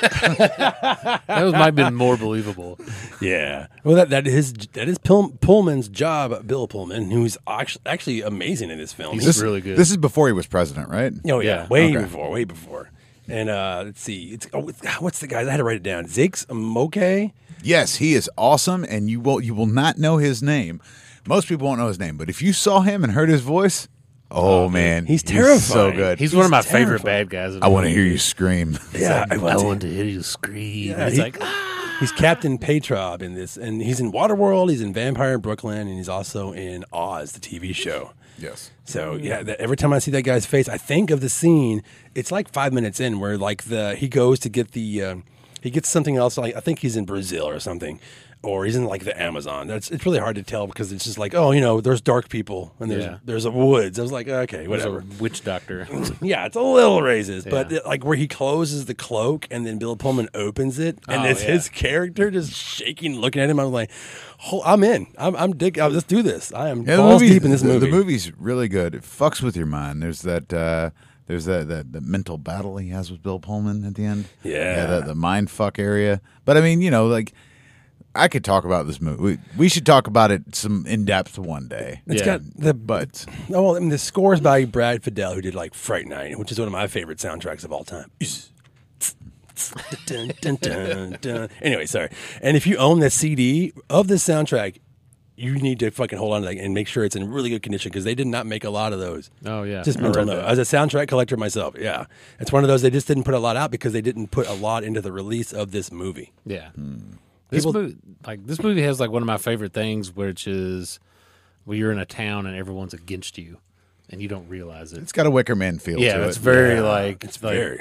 that was, might have been more believable. Yeah. Well, that that is that is Pull, Pullman's job, Bill Pullman, who's actually, actually amazing in this film. He's He- This- really good. This is before he was president, right? Oh yeah, Yeah, way okay. before, way before. And uh, let's see, it's oh, it's- what's the guy? I had to write it down. Ziggs Moke. Yes, he is awesome, and you will you will not know his name. Most people won't know his name, but if you saw him and heard his voice, Oh, man, He's so terrifying. good. He's, one of my favorite terrifying. bad guys. I want to hear you scream. Yeah, I want to. hear you scream. Yeah, it's he- like "Ah." uh, He's Captain Patrob in this, and he's in Waterworld, he's in Vampire in Brooklyn, and he's also in Oz, the TV show. yes. So Hmm. yeah, that, every time I see that guy's face, I think of the scene. It's like five minutes in where like the he goes to get the um, he gets something else. Like I think he's in Brazil or something, or he's in like the Amazon. That's it's really hard to tell because it's just like oh you know there's dark people and there's Yeah. there's a woods. I was like okay There's a whatever. witch doctor. Yeah, it's a little raises, but Yeah. it- like where he closes the cloak and then Bill Pullman opens it and Oh, it's yeah. his character just shaking, looking at him. I'm like, oh, I'm in. I'm, I'm dick. uh, Let's do this. I am Yeah, the balls movie- deep in this the- movie. The movie's really good. It fucks with your mind. There's that. Uh, there's that, that the mental battle he has with Bill Pullman at the end. Yeah. that, the mind fuck area. But I mean, you know, like I could talk about this movie. We, we should talk about it some in depth one day. It's Yeah. got the But oh, well, I mean, the score is by Brad Fidel, who did like Fright Night, which is one of my favorite soundtracks of all time. Dun, dun, dun, dun. Anyway, sorry. And if you own the CD of this soundtrack, you need to fucking hold on to that and make sure it's in really good condition because they did not make a lot of those. Oh, yeah. just I mental read note. As a soundtrack collector myself, yeah, it's one of those they just didn't put a lot out because they didn't put a lot into the release of this movie. Yeah. This Hmm. People- movie, like this movie has like one of my favorite things, which is well, you're in a town and everyone's against you, and you don't realize it. it's got a Wicker Man feel. yeah, to it's it. very like It's like- very.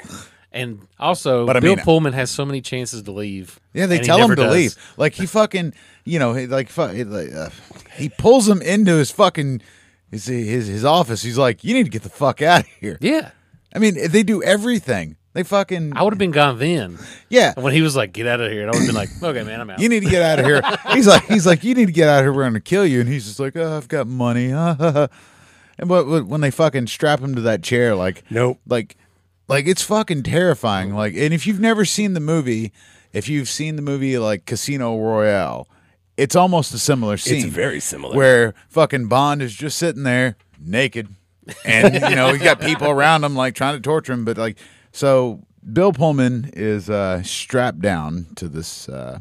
And also, But I Bill mean- Pullman has so many chances to leave. Yeah, they and he tell him never to does. leave. Like he fucking, you know, he like fu- he, like, uh, he pulls him into his fucking his, his his office. He's like, "You need to get the fuck out of here." Yeah, I mean, they do everything. They fucking I would have been gone then. yeah. And when he was like, "Get out of here," and I would have been like, "Okay, man, I'm out." You need to get out of here. he's like, he's like, you need to get out of here. We're gonna kill you. And he's just like, oh, I've got money. and but, but when they fucking strap him to that chair, like, Nope. like, like it's fucking terrifying. Like, and if you've never seen the movie, if you've seen the movie like Casino Royale, it's almost a similar It's scene. very similar. where fucking Bond is just sitting there naked, and you know he's got people around him like trying to torture him, but like so Bill Pullman is uh, strapped down to this uh,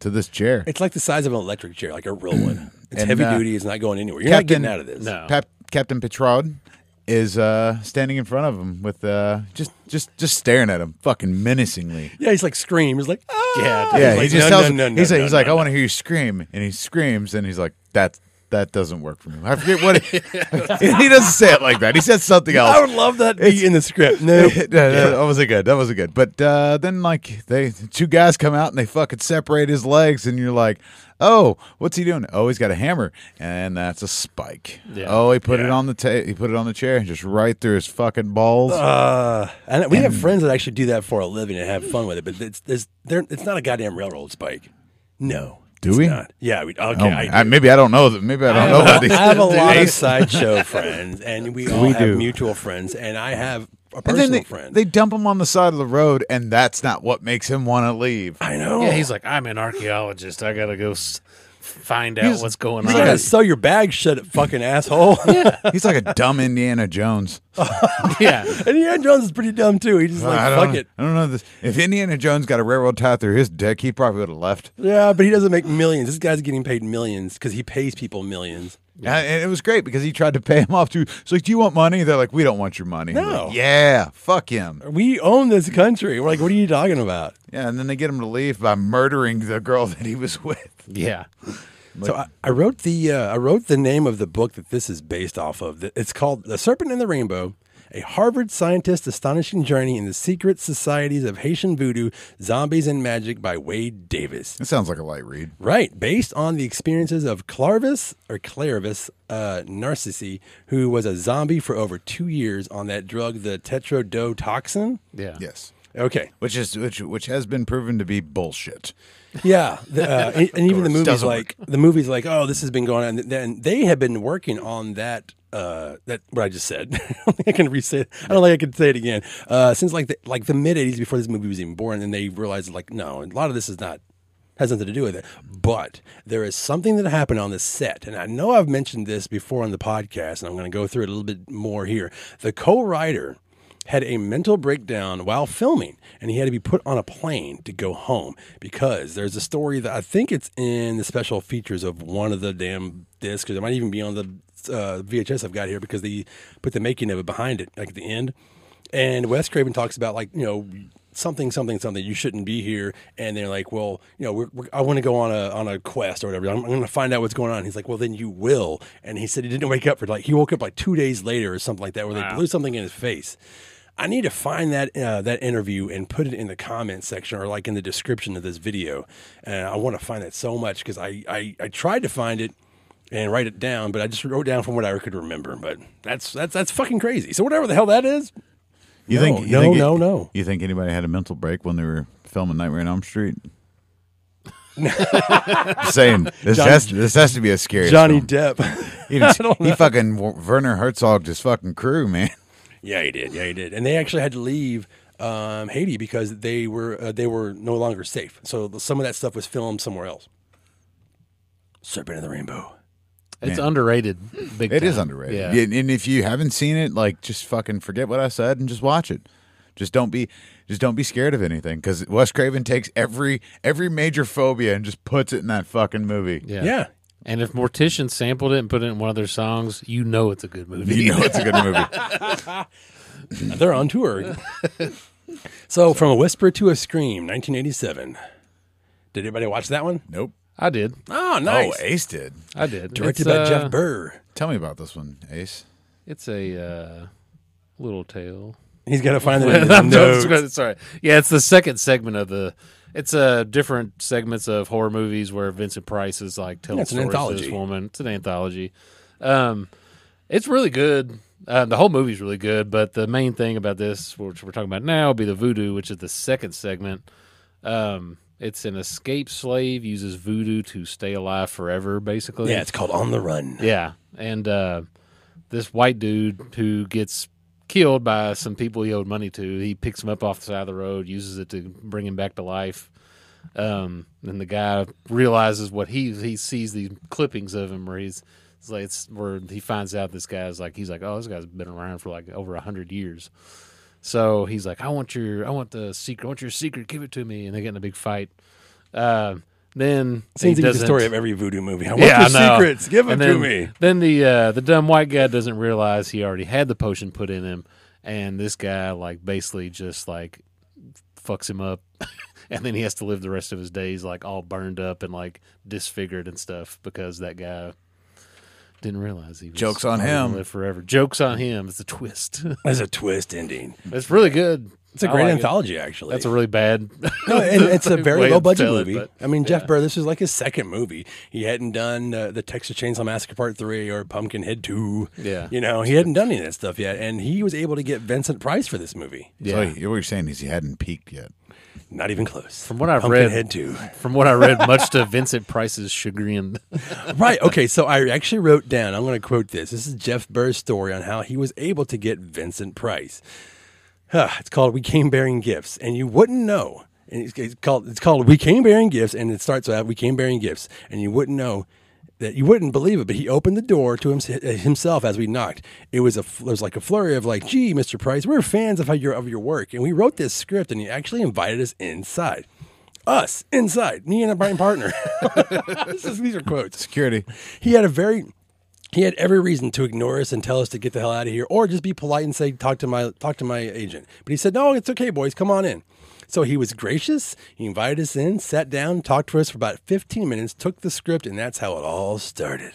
to this chair. It's like the size of an electric chair, like a real one. It's And, heavy uh, duty. It's not going anywhere. You're Captain- not getting out of this. No. Pap- Captain Petrod is uh, standing in front of him with uh, just just just staring at him fucking menacingly. Yeah, he's like scream. He's like, ah. Yeah, dude. Yeah, He's he like, just "No, tells no, him. no, no, he's like, no, he's like, no, I want to hear you scream, and he screams, and he's like, that that doesn't work for me. I forget what he, he doesn't say it like that. He says something else. I would love that to be in the script. No, Yeah, that, that wasn't good. That wasn't good. But uh, then, like, they two guys come out and they fucking separate his legs, and you're like, "Oh, what's he doing? Oh, he's got a hammer, and that's a spike. Yeah. Oh, he put it on the ta- he put it on the chair, just right through his fucking balls. uh, and we have Mm. friends that actually do that for a living and have fun with it. But it's it's, they're, it's not a goddamn railroad spike. No, Do it's we? Not. Yeah. We, okay. Oh, I, my- I- maybe I don't know. that- Maybe I don't know about I these. have a lot of these- sideshow friends, and we all We have do. mutual friends, and I have a And personal then they, friend. they dump him on the side of the road, and that's not what makes him want to leave. I know. Yeah, he's like, "I'm an archaeologist. I gotta go s- find out He's- what's going you on." gotta sell your bag, shut it, fucking asshole. He's like a dumb Indiana Jones. yeah, and Ian Jones is pretty dumb too. He's just like, I don't, fuck it. I don't know this. If Indiana Jones got a railroad tie through his dick, he probably would have left. Yeah, but he doesn't make millions. This guy's getting paid millions because he pays people millions. Uh, and it was great because he tried to pay him off too. It's like, do you want money? They're like, we don't want your money. He's No. like, yeah, fuck him. We own this country. We're like, what are you talking about? Yeah, and then they get him to leave by murdering the girl that he was with. yeah. so I, I wrote the uh, I wrote the name of the book that this is based off of. It's called The Serpent and the Rainbow: A Harvard Scientist's Astonishing Journey in the Secret Societies of Haitian Voodoo, Zombies, and Magic by Wade Davis. That sounds like a light read. Right, based on the experiences of Clarvis or Clarvis uh, Narcissi, who was a zombie for over two years on that drug, the tetrodotoxin. Yeah. Yes, Okay, which is which which has been proven to be bullshit. Yeah, the, uh, and, and even the movie's Doesn't like the movie's like, oh, this has been going on. And then they have been working on that. Uh, that what I just said. I don't think I can re-say it. I don't think I can say it again. Uh, since like the, like the mid '80s, before this movie was even born, and they realized like, no, a lot of this is not has nothing to do with it. But there is something that happened on the set, and I know I've mentioned this before on the podcast, and I'm going to go through it a little bit more here. The co-writer had a mental breakdown while filming, and he had to be put on a plane to go home because there's a story that I think it's in the special features of one of the damn discs. It might even be on the uh, VHS I've got here because they put the making of it behind it, like at the end. And Wes Craven talks about like you know something something something you shouldn't be here and they're like well you know we're, we're, i want to go on a on a quest or whatever i'm, I'm going to find out what's going on he's like well then you will and he said he didn't wake up for like he woke up like two days later or something like that where they blew something in his face i need to find that uh, that interview and put it in the comment section or like in the description of this video and i want to find that so much because I, I i tried to find it and write it down but i just wrote down from what i could remember but that's that's that's fucking crazy so whatever the hell that is You No, think? You no, think no, no. You think anybody had a mental break when they were filming Nightmare on Elm Street? Just saying this Johnny- has this has to be a scary johnny film. depp He, just- he fucking Werner Herzog just fucking crew man. Yeah, he did. Yeah, he did. And they actually had to leave um, Haiti because they were uh, they were no longer safe. So the- some of that stuff was filmed somewhere else. Serpent of the Rainbow. It's underrated. Big It time. is underrated. Yeah. And, and if you haven't seen it, like just fucking forget what I said and just watch it. Just don't be just don't be scared of anything because Wes Craven takes every every major phobia and just puts it in that fucking movie. Yeah. yeah. And if Mortician sampled it and put it in one of their songs, you know it's a good movie. You know it's a good movie. they're on tour. so from a whisper to a scream, 1987. Did anybody watch that one? Nope. I did. Oh, nice. Oh, Ace did. I did. Directed It's, by uh, Jeff Burr. Tell me about this one, Ace. It's a uh, little tale. He's got to find the I'm notes. just gonna- sorry. Yeah, it's the second segment of the. It's uh, different segments of horror movies where Vincent Price is like telling Yeah, it's an stories to anthology. this woman. It's an anthology. Um, it's really good. Uh, the whole movie's really good, but the main thing about this, which we're talking about now, will be the voodoo, which is the second segment. Um, it's an escaped slave uses voodoo to stay alive forever, basically. Yeah, it's called On the Run. Yeah, and uh, this white dude who gets killed by some people he owed money to, he picks him up off the side of the road, uses it to bring him back to life. Um, and the guy realizes what he he sees these clippings of him where he's it's like it's where he finds out this guy's like he's like oh this guy's been around for like over a hundred years. So he's like, I want your, I want the secret, I want your secret, give it to me, and they get in a big fight. Uh, then Seems to be he the doesn't- story of every voodoo movie. I want the I know. secrets. Give them And to then, me. Then the uh, the dumb white guy doesn't realize he already had the potion put in him, and this guy like basically just like fucks him up, and then he has to live the rest of his days like all burned up and like disfigured and stuff because that guy didn't realize he was Joke's on he was gonna him. Live forever. Jokes on him. It's a twist. There's a twist ending. it's really good. It's a I great like it. anthology, actually. That's a really bad. No, and it's a very way low to budget tell it, movie. but- I mean, Jeff Burr, this is like his second movie. He hadn't done uh, the Texas Chainsaw Massacre Part Three or Pumpkinhead Two. Yeah. you know, he hadn't done any of that stuff yet, and he was able to get Vincent Price for this movie. So what you're saying is he hadn't peaked yet. Not even close. From what I've read, Pumpkinhead Two. from what I read, much to Vincent Price's chagrin. right. Okay. So I actually wrote down, I'm going to quote this. This is Jeff Burr's story on how he was able to get Vincent Price. Huh, it's called We Came Bearing Gifts. And you wouldn't know. And it's, it's called it's called We Came Bearing Gifts. And it starts out We Came Bearing Gifts. And you wouldn't know that you wouldn't believe it, but he opened the door to himse- himself as we knocked. It was a f- there was like a flurry of like, gee, Mr. Price, we're fans of how your of your work, and we wrote this script, and he actually invited us inside, us inside, me and a Brian partner. this is, these are quotes. Security. He had a very he had every reason to ignore us and tell us to get the hell out of here or just be polite and say talk to my talk to my agent. But he said, "No, it's okay, boys. Come on in." So he was gracious. He invited us in, sat down, talked to us for about 15 minutes, took the script, and that's how it all started.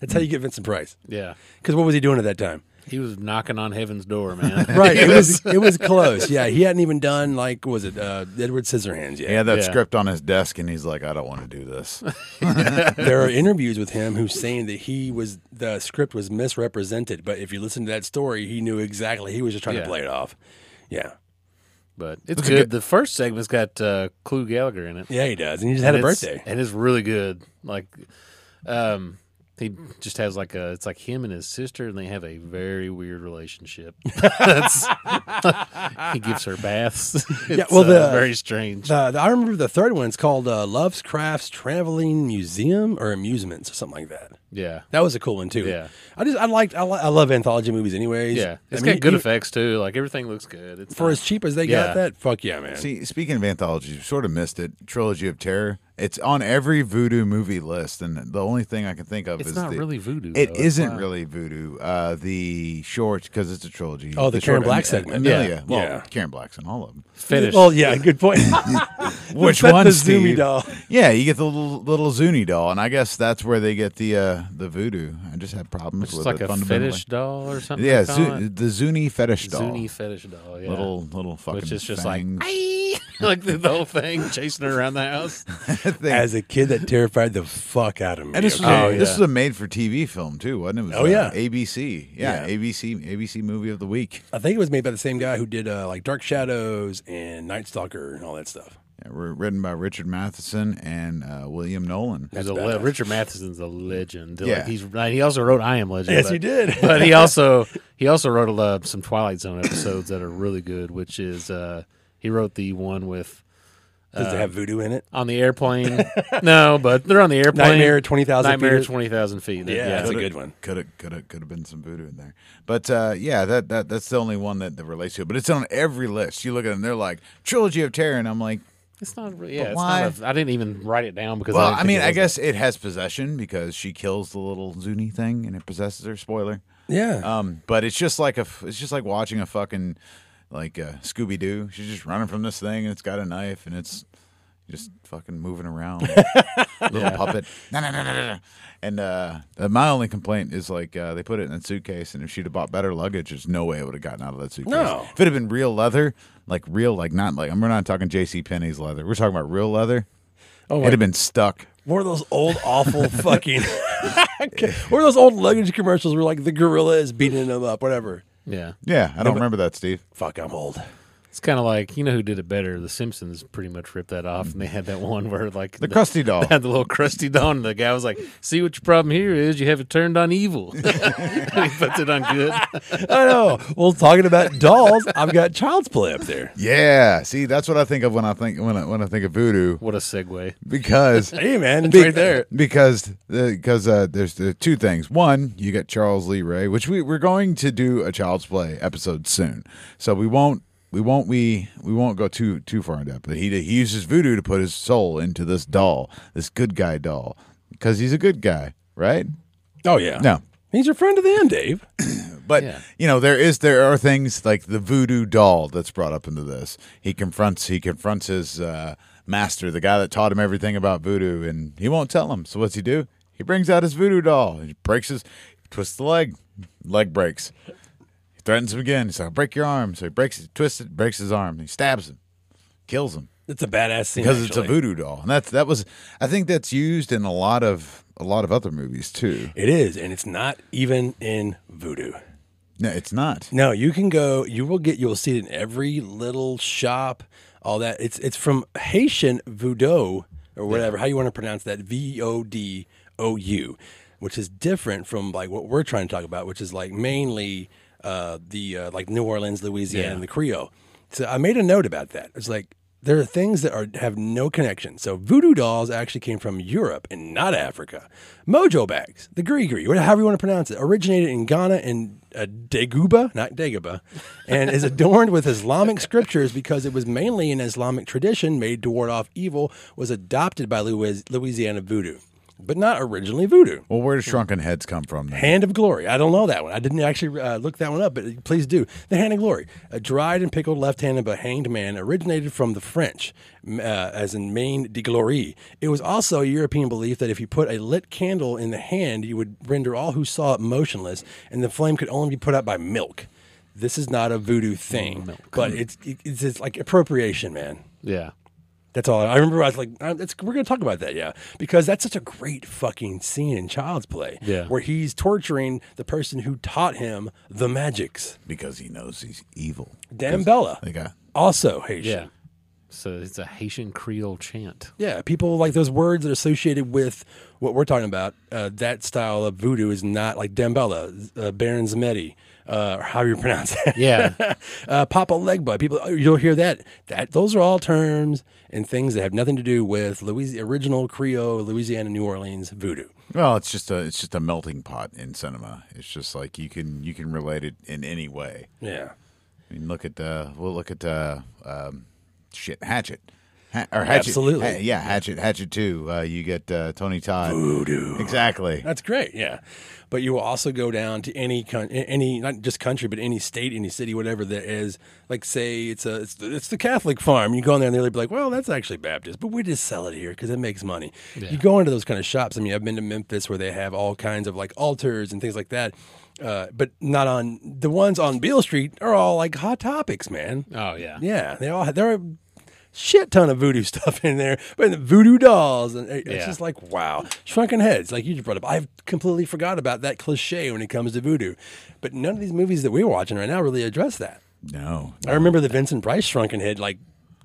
That's how you get Vincent Price. yeah. Cuz what was he doing at that time? He was knocking on heaven's door, man. Right, it was it was close. Yeah, he hadn't even done like was it uh, Edward Scissorhands yet. He had that Yeah. script on his desk and he's like, I don't want to do this. there are interviews with him who's saying that he was the script was misrepresented, but if you listen to that story, he knew exactly he was just trying to Yeah. play it off. Yeah. But it's good. The first segment's got uh, Clue Gallagher in it. Yeah, he does. And he just had a And it's- birthday. and it's really good. Like, um, He just has like a. It's like him and his sister, and they have a very weird relationship. That's, he gives her baths. yeah, well, well, the- very strange. The, the- I remember the third one. It's called uh, Love's Crafts Traveling Museum or Amusements or something like that. yeah, That was a cool one too. Yeah. I just I liked I, li- I love anthology movies anyways. yeah. It's I mean, got good you- effects too. Like everything looks good. It's for not- as cheap as they Yeah. got that. Fuck yeah, man. See, speaking of anthologies, you sort of missed it. Trilogy of Terror. It's on every voodoo movie list, and the only thing I can think of It's is not the- really voodoo, It though. It's not not. really voodoo. Uh, the short because it's a trilogy. Oh, the Karen short- Black Am- segment. Amelia. Yeah. Well, Yeah. Karen Black's in all of them. finished. Well, yeah, good point. Which Except one, the Steve? Zoomy doll. Yeah, you get the little, little Zuni doll, and I guess that's where they get the uh, the voodoo. I just have problems It's with like it a fundamentally. fetish doll or something. Yeah, they call Zu- it. the Zuni fetish doll. Zuni fetish doll. Yeah. Little little fucking which is just fangs. like "Aye!" like the, the whole thing chasing her around the house. As a kid, that terrified the fuck out of me. And this was, okay? a, yeah. this was a made for TV film too, wasn't it? It was, uh, Oh, yeah. ABC. Yeah, ABC ABC movie of the week. I think it was made by the same guy who did uh, like Dark Shadows and Night Stalker and all that stuff. Yeah, wr- written by Richard Matheson and uh, William Nolan. He's a le- Richard Matheson's a legend. Like, Yeah. he's like, he also wrote I Am Legend. Yes, but- he did. but he also he also wrote a lot of some Twilight Zone episodes that are really good. Which is uh, he wrote the one with Does it have voodoo in it? on the airplane. no, but they're on the airplane. Nightmare at 20,000 Nightmare feet. twenty thousand feet. Yeah, that's a Coulda- good one. Coulda coulda coulda been some voodoo in there, but uh, yeah, that, that that's the only one that, that relates to it. But it's on every list. You look at them, they're like trilogy of terror, and I'm like, It's not. re- Yeah, it's why? not a, I didn't even write it down because. well, didn't I think mean, it I was a- guess it has possession because she kills the little Zuni thing and it possesses her. Spoiler. Yeah. Um, but it's just like a, f- it's just like watching a fucking, like uh, Scooby Doo. She's just running from this thing, and it's got a knife, and it's just fucking moving around, little puppet. Na, na, na, na, na, na. And uh, uh, my only complaint is like uh, they put it in that suitcase, and if she'd have bought better luggage, there's no way it would have gotten out of that suitcase. No. If it had been real leather, like real, like not like, and we're not talking J.C. Penney's leather. We're talking about real leather. Oh, It'd my have been stuck. More of those old awful fucking. One of those old luggage commercials where like the gorilla is beating them up, whatever. Yeah, Yeah, I don't remember that, Steve. Fuck, I'm old. it's kind of like you know who did it better. The Simpsons pretty much ripped that off, and they had that one where like The crusty doll. They had the little crusty doll, and the guy was like, "See what your problem here is? You have it turned on evil." he puts it on good. I know. Well, talking about dolls, I've got Child's Play up there. Yeah, see, that's what I think of when I think when I, when I think of voodoo What a segue! because Hey, man, it's Be- right there. Because because uh, there's the two things. One, you get Charles Lee Ray, which we we're going to do a Child's Play episode soon, so we won't we won't we we won't go too too far in depth. But he he uses voodoo to put his soul into this doll, this good guy doll, because he's a good guy, right? Oh yeah. No. he's your friend to the end, Dave. But Yeah. you know there is there are things like the voodoo doll that's brought up into this. He confronts he confronts his uh, master, the guy that taught him everything about voodoo, and he won't tell him. So what's he do? He brings out his voodoo doll. He breaks his twists the leg, leg breaks. He threatens him again. He's like, "I'll "Break your arm." So he breaks it, twists it, breaks his arm. He stabs him, kills him It's a badass scene because it's a actually. voodoo doll. And that's that was I think that's used in a lot of a lot of other movies too. It is, and it's not even in voodoo. No, it's not. No, you can go. You will get. You'll see it in every little shop. All that. It's it's from Haitian voodoo or whatever. How you want to pronounce that? V o d o u, which is different from like what we're trying to talk about, which is like mainly uh, the uh, like New Orleans, Louisiana, and the Creole. So I made a note about that. It's like there are things that are have no connection. So voodoo dolls actually came from Europe and not Africa. Mojo bags, the gri gri, whatever- however you want to pronounce it, originated in Ghana and uh, Daguba, not Daguba, and is adorned with Islamic scriptures because it was mainly an Islamic tradition made to ward off evil. Was adopted by Louis- Louisiana voodoo, but not originally voodoo. Well, where do shrunken heads come from? Then? Hand of Glory. I don't know that one. I didn't actually uh, look that one up, but please do. The Hand of Glory, a dried and pickled left-handed but hanged man, originated from the French, m- uh, as in Maine de Glory. It was also a European belief that if you put a lit candle in the hand, you would render all who saw it motionless, and the flame could only be put out by milk. This is not a voodoo thing, but it's it's, it's like appropriation, man. Yeah, That's all. I remember. I was like, uh, it's, "We're going to talk about that, yeah," because that's such a great fucking scene in Child's Play, Yeah. where he's torturing the person who taught him the magics, because he knows he's evil. Dan Bella, They got also Haitian. yeah. So it's a Haitian Creole chant. Yeah, people like those words that are associated with what we're talking about. Uh, that style of voodoo is not like Dambella, uh, Baron Zemedi, uh, or however you pronounce that. Yeah. uh, Papa Legba. People, you'll hear that. That those are all terms and things that have nothing to do with Louis, original Creole Louisiana New Orleans voodoo. Well, it's just a it's just a melting pot in cinema. It's just like you can you can relate it in any way. Yeah. I mean, look at uh, well, look at uh, um, shit, Hatchet, ha- or Hatchet, Absolutely. Ha- yeah, Hatchet, Hatchet Two. Uh, you get uh, Tony Todd, voodoo, exactly. That's great, yeah. But you will also go down to any coun- any not just country, but any state, any city, whatever that is. Like say it's a it's the, it's the Catholic farm. You go in there and they'll be like, well, that's actually Baptist, but we just sell it here because it makes money. You go into those kind of shops. I mean, I've been to Memphis where they have all kinds of like altars and things like that. Uh, but not on the ones on Beale Street are all like hot topics, man. Oh yeah. Yeah, they all there are shit ton of voodoo stuff in there, but the voodoo dolls, and it- it's Yeah. just like wow, shrunken heads, like you just brought up. I've completely forgot about that cliche when it comes to voodoo, but none of these movies that we're watching right now really address that. No, I remember the Vincent Price shrunken head like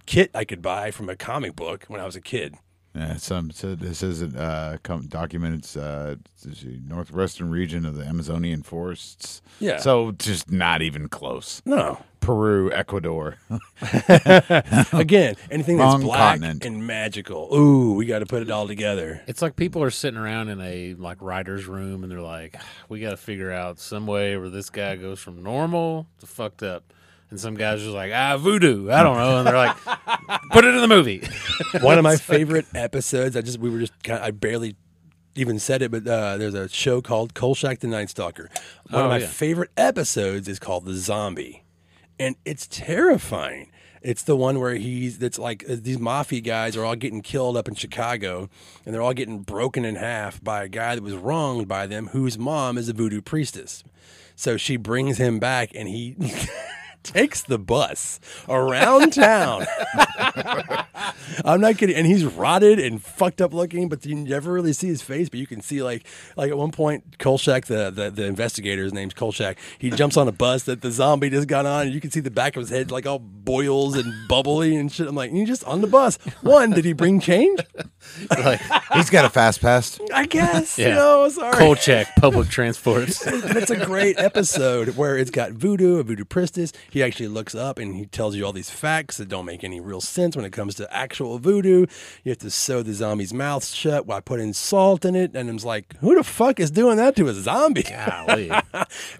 kit I could buy from a comic book when I was a kid. Yeah, Uh, some so this isn't uh, com- documents uh, this is northwestern region of the Amazonian forests. Yeah. so just not even close. No, Peru, Ecuador. again, anything Wrong that's black continent. and magical. Ooh, we got to put it all together. It's like people are sitting around in a like writer's room and they're like, we got to figure out some way where this guy goes from normal to fucked up. And some guys just like, ah, voodoo. I don't know. And they're like, put it in the movie. One of my favorite episodes. I just we were just kind of, I barely even said it, but uh, there's a show called Kolchak the Night Stalker. One Oh, of my yeah. favorite episodes is called The Zombie, and it's terrifying. It's the one where he's that's like uh, these mafia guys are all getting killed up in Chicago, and they're all getting broken in half by a guy that was wronged by them, whose mom is a voodoo priestess. So she brings him back, and he. Takes the bus around town. I'm not kidding. And he's rotted and fucked up looking, but you never really see his face. But you can see like like at one point, Kolchak, the the, the investigator, his name's Kolchak. He jumps on a bus that the zombie just got on, and you can see the back of his head like all boils and bubbly and shit. I'm like, you just on the bus. One, did he bring change? like, He's got a fast pass. I guess. Yeah. You know, sorry. Kolchak, public transports. and it's a great episode where it's got voodoo, a voodoo priestess. He actually looks up and he tells you all these facts that don't make any real sense when it comes to actual voodoo. You have to sew the zombie's mouth shut while putting salt in it. And I'm just like, who the fuck is doing that to a zombie? Golly.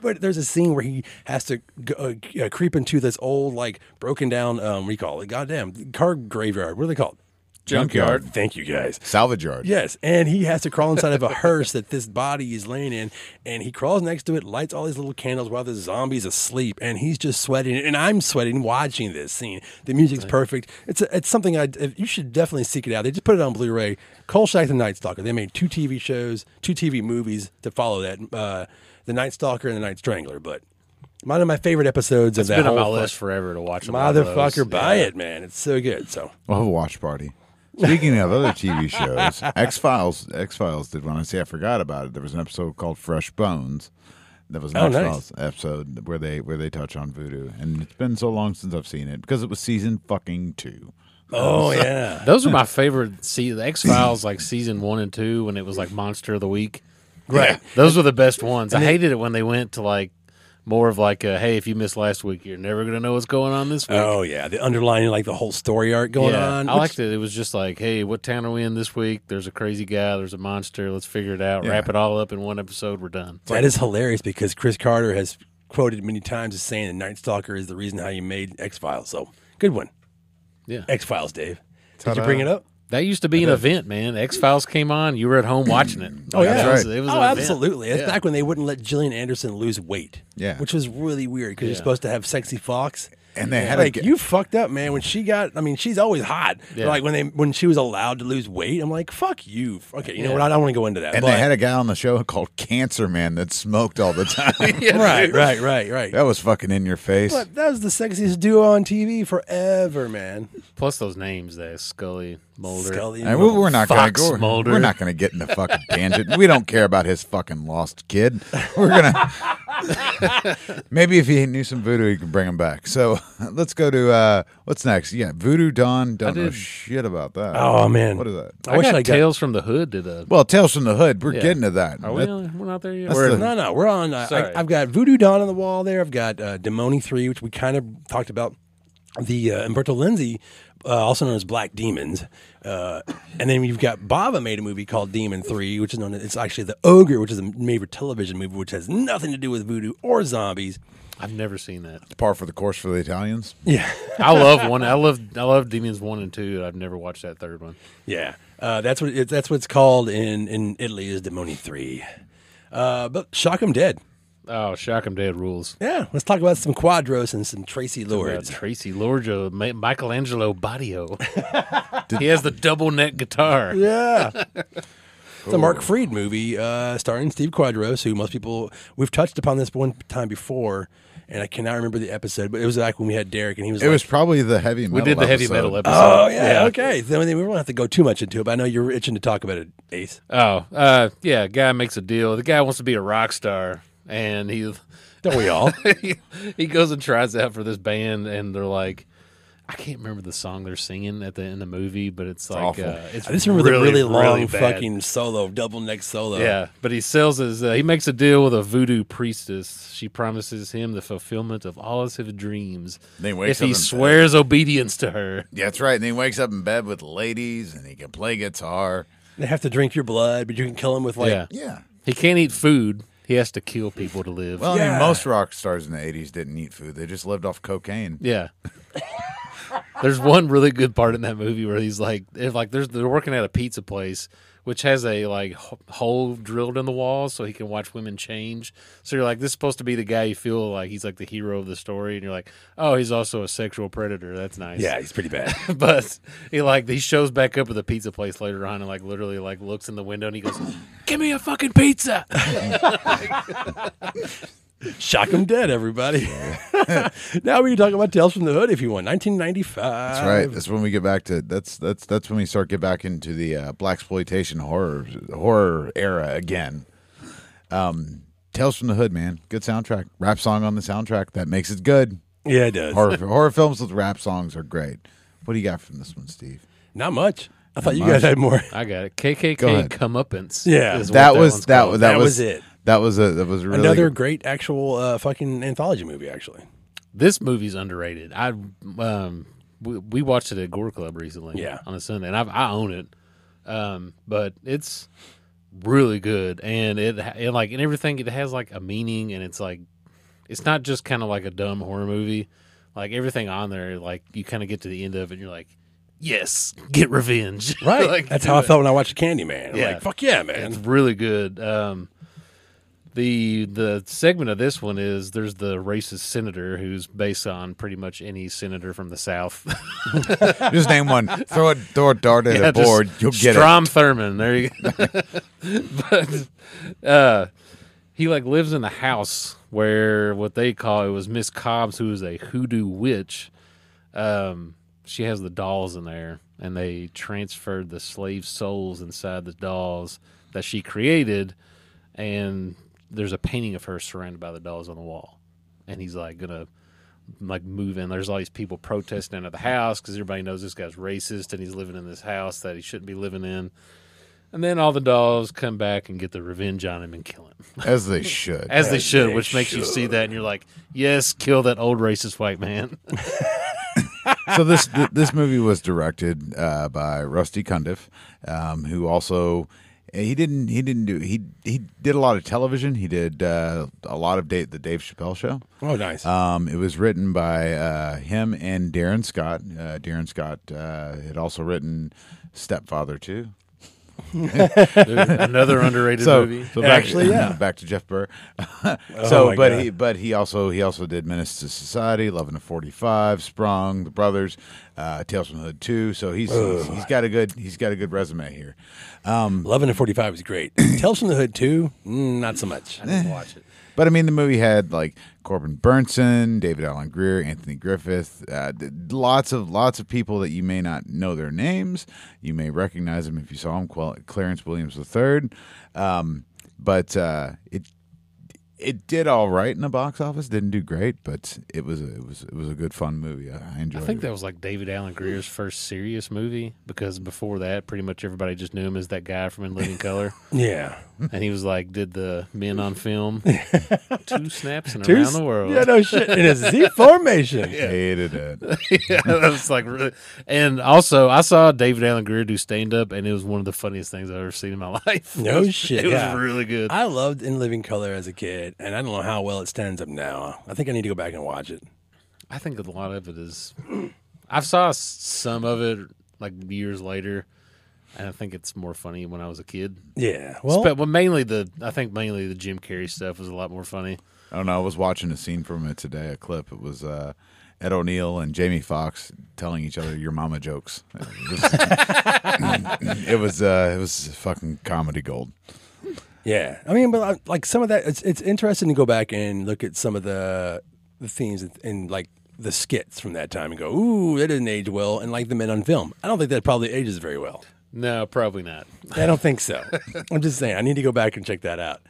but there's a scene where he has to go, uh, uh, creep into this old, like, broken down, um, what do you call it? Goddamn, car graveyard. What are they called? Junkyard. Thank you guys. Salvage yard. Yes, and he has to crawl inside of a hearse that this body is laying in, and he crawls next to it, lights all these little candles while the zombie's asleep, and he's just sweating, and I'm sweating watching this scene. The music's perfect. It's a, it's something I you should definitely seek it out. They just put it on Blu-ray. Kolchak the Night Stalker. They made two TV shows, two TV movies to follow that, uh, the Night Stalker and the Night Strangler. But one of my favorite episodes It's of that been on my whole list forever to watch. a lot of those. Motherfucker, buy Yeah. it, man! It's so good. So We'll have a Oh, watch party. Speaking of other TV shows, X Files X Files did one. I see I forgot about it. There was an episode called Fresh Bones. That was an Oh, X nice. Files episode where they where they touch on voodoo, and it's been so long since I've seen it because it was season fucking two. oh yeah, Those are my favorite. See, the X Files, like season one and two, when it was like Monster of the Week. right. Those were the best ones. I hated it when they went to like more of like, a, hey, if you missed last week, you're never gonna know what's going on this week. Oh yeah, the underlying like the whole story arc going yeah, on. I which- liked it. It was just like, hey, what town are we in this week? There's a crazy guy. There's a monster. Let's figure it out. Wrap it all up in one episode. We're done. that is hilarious because Chris Carter has quoted many times as saying the Night Stalker is the reason how you made X Files. So good one. Yeah. X Files, Dave. Did you bring it up? That used to be an event, man. X Files came on. You were at home watching it. Oh, yeah. That That's was- right. it was Oh, an event. absolutely. It's back when they wouldn't let Gillian Anderson lose weight. Yeah. Which was really weird because you're Yeah. supposed to have sexy fox. And they had a like g- you fucked up, man. When she got, I mean, she's always hot. Yeah. Like when they when she was allowed to lose weight, I'm like, fuck you. Okay, you know Yeah. what? I don't want to go into that. And but, they had a guy on the show called Cancer Man that smoked all the time. right, right, right, right. That was fucking in your face. But that was the sexiest duo on TV forever, man. Plus those names there, Scully, Mulder. Scully And we- we're not going Fox to go. Mulder. We're not going to get in the fucking tangent. We don't care about his fucking lost kid. We're gonna Maybe if he knew some voodoo, he could bring him back. So let's go to uh, what's next. Yeah, Voodoo Dawn. Don't know did- shit about that. Oh, man. what is that? I, I, wish got I got. Tales from the Hood did a. Well, Tales from the Hood. We're Yeah. getting to that. Are we? That- on- We're not there yet. that's We're- the- No, no, we're on. Uh, Sorry. I, I've got Voodoo Dawn on the wall there. I've got uh, Demoni 3, which we kind of talked about. The uh, Umberto Lindsay, uh, also known as Black Demons. Uh, and then you've got Bava made a movie called Demon 3, which is known as, it's actually The Ogre, which is a made for television movie, which has nothing to do with voodoo or zombies. I've never seen that. par for the course for the Italians. Yeah. I love one. I love I love Demons one and two. and I've never watched that third one. Yeah, uh, that's what it, that's what's called in in Italy is Demoni Three. Uh, but shock 'em dead. Oh, Shock 'em Dead rules. Yeah, let's talk about some Quadros and some Tracy Uh, Lords. Tracy Lorgia, Ma- Michelangelo Badio. he has the double neck guitar. Yeah, it's a Mark Freed movie uh, starring Steve Quadros, who most people we've touched upon this one time before, and I cannot remember the episode, but it was like when we had Derek and he was It like, was probably the heavy. metal We did the heavy episode. metal episode. Oh yeah, okay. Then we won't have to go too much into it, but I know you're itching to talk about it, Ace. Oh, uh, yeah. Guy makes a deal. The guy wants to be a rock star, and he Don't we all? he goes and tries out for this band, and they're like, I can't remember the song they're singing at the in the movie, but it's, like awful. uh, it's I just remember really, the really long bad. fucking solo, double neck solo. Yeah, but he sells his. Uh, he makes a deal with a voodoo priestess. She promises him the fulfillment of all his dreams Then he wakes if up he in bed. swears obedience to her. Yeah, that's right. And he wakes up in bed with ladies, and he can play guitar. They have to drink your blood, but you can kill them with like yeah, Yeah. he can't eat food. He has to kill people to live. Well, I Yeah. mean, most rock stars in the '80s didn't eat food; they just lived off cocaine. Yeah. there's one really good part in that movie where he's like, if like there's they're working at a pizza place which has a like h- hole drilled in the wall so he can watch women change. So you're like, this is supposed to be the guy you feel like he's like the hero of the story, and you're like, oh, he's also a sexual predator. That's nice. Yeah, he's pretty bad. but he like he shows back up at the pizza place later on and like literally like looks in the window and he goes, give me a fucking pizza. Shock him dead, everybody. now we can talk about Tales from the Hood if you want. 1995. That's right. That's when we get back to that's that's that's when we start get back into the uh, black exploitation horror horror era again. Um, Tales from the Hood, man, good soundtrack. Rap song on the soundtrack that makes it good. Yeah, it does. Horror horror films with rap songs are great. What do you got from this one, Steve? Not much. I thought you much. guys had more. I got it. Go KKK ahead. comeuppance. Yeah. is what That was one's that, called. was That that was was it. That was a that was a really Another great actual uh, fucking anthology movie, actually. this movie's underrated. I um we, we watched it at Gore Club recently. Yeah. on a Sunday, and I've, I own it. Um, but it's really good, and it, ha- it like and everything. It has like a meaning, and it's like it's not just kind of like a dumb horror movie. Like everything on there, like you kind of get to the end of it, and you're like, yes, get revenge. Like, That's do how I it. felt when I watched Candyman. I'm Yeah. like, fuck yeah, It's man. really good. Um, the the segment of this one is there's the racist senator who's based on pretty much any senator from the South. just name one. Throw a throw a dart at Yeah, a just board, you'll get it. Strom Thurmond. There you go. but uh, he like lives in the house where what they call it was Miss Cobbs, who is a hoodoo witch. Um, she has the dolls in there, and they transferred the slave souls inside the dolls that she created, and there's a painting of her surrounded by the dolls on the wall, and he's like gonna like move in. There's all these people protesting at the house because everybody knows this guy's racist and he's living in this house that he shouldn't be living in. And then all the dolls come back and get the revenge on him and kill him, As they should. as they should, which makes you see that and you're like, yes, kill that old racist white man. so this th- this movie was directed uh, by Rusty Cundiff, um, who also eh, he didn't he didn't do he he did a lot of television. He did uh, a lot of Dave, the Dave Chappelle show. Oh, nice. Um, it was written by uh, him and Darren Scott. Uh, Darren Scott uh, had also written Stepfather too. Another underrated So, movie. so back, Actually, yeah. Oh back to Jeff Burr. so, my but God. he but he also he also did Menace to Society, Love in a Forty Five, Sprung, The Brothers, uh, Tales from the Hood Two. So he's, he's he's got a good he's got a good resume here. 11 and 45 is great. Tales from the Hood 2, mm, not so much. Watch it. But I mean, the movie had like Corbin Burnson, David Allen Greer, Anthony Griffith, uh, th- lots of lots of people that you may not know their names. You may recognize them if you saw them. Quel- Clarence Williams III. Um, but uh, it it did all right in the box office. Didn't do great, but it was a, it was it was a good fun movie. I, I I enjoyed. think it. that was like David Allen Greer's first serious movie because before that, pretty much everybody just knew him as that guy from In Living Color, Yeah. and he was like, did the Men on Film, two snaps and around the world. Yeah, no shit. In a Z formation. hated it. yeah, that was like really. And also, I saw David Allen Greer do stand up, and it was one of the funniest things I've ever seen in my life. No It was- shit, It yeah. was really good. I loved In Living Color as a kid, and I don't know how well it stands up now. I think I need to go back and watch it. I think a lot of it is. I saw s- some of it like years later, and I think it's more funny when I was a kid. Yeah. Well, but well, mainly the I think mainly the Jim Carrey stuff was a lot more funny. I don't know. I was watching a scene from it today, a clip. It was uh, Ed O'Neill and Jamie Foxx telling each other your mama jokes. It was it was, uh, it was fucking comedy gold. yeah. I mean, but I, like some of that, it's, it's interesting to go back and look at some of the, the themes and, and like the skits from that time and go, ooh, that didn't age well. And like the men on film, I don't think that probably ages very well. No, probably not. I don't think so. I'm just saying, I need to go back and check that out.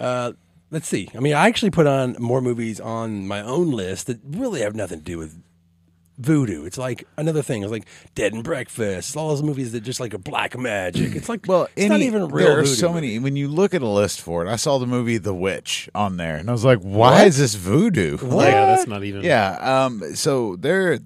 Uh, let's see. I mean, I actually put on more movies on my own list that really have nothing to do with voodoo. It's like another thing. It's like Dead and Breakfast. All those movies that just like a black magic. It's like well, it's not Any- even real. There are voodoo so movie. many. When you look at a list for it, I saw the movie The Witch on there, and I was like, "Why is this voodoo?" Like, Yeah, that's not even. Yeah. Um, so there,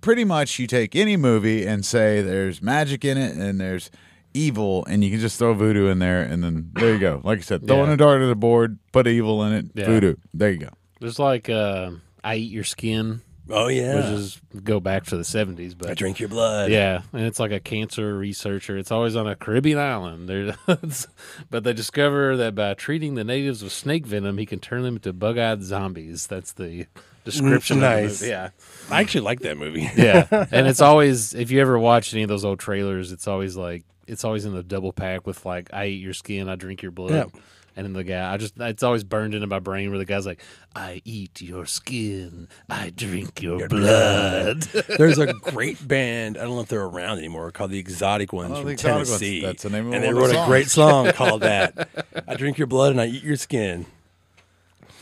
pretty much, you take any movie and say there's magic in it and there's evil, and you can just throw voodoo in there, and then there you go. Like I said, throwing Yeah. a dart at a board, put evil in it, Yeah. voodoo. There you go. There's like uh, I eat your skin, Oh yeah. which is go back to the '70s, but I drink your blood. Yeah, and it's like a cancer researcher. It's always on a Caribbean island. There, but they discover that by treating the natives with snake venom, he can turn them into bug-eyed zombies. That's the description. nice. Of the movie. Yeah, I actually like that movie. yeah. and it's always if you ever watch any of those old trailers, it's always like it's always in the double pack with like I eat your skin, I drink your blood. Yeah. And then the guy, I just, it's always burned into my brain where the guy's like, I eat your skin, I drink your, blood. There's a great band. I don't know if they're around anymore. Called the Exotic Ones Oh, from The Exotic Ones. Tennessee. That's the name of And one they of the wrote a songs. great song called that. I drink your blood and I eat your skin.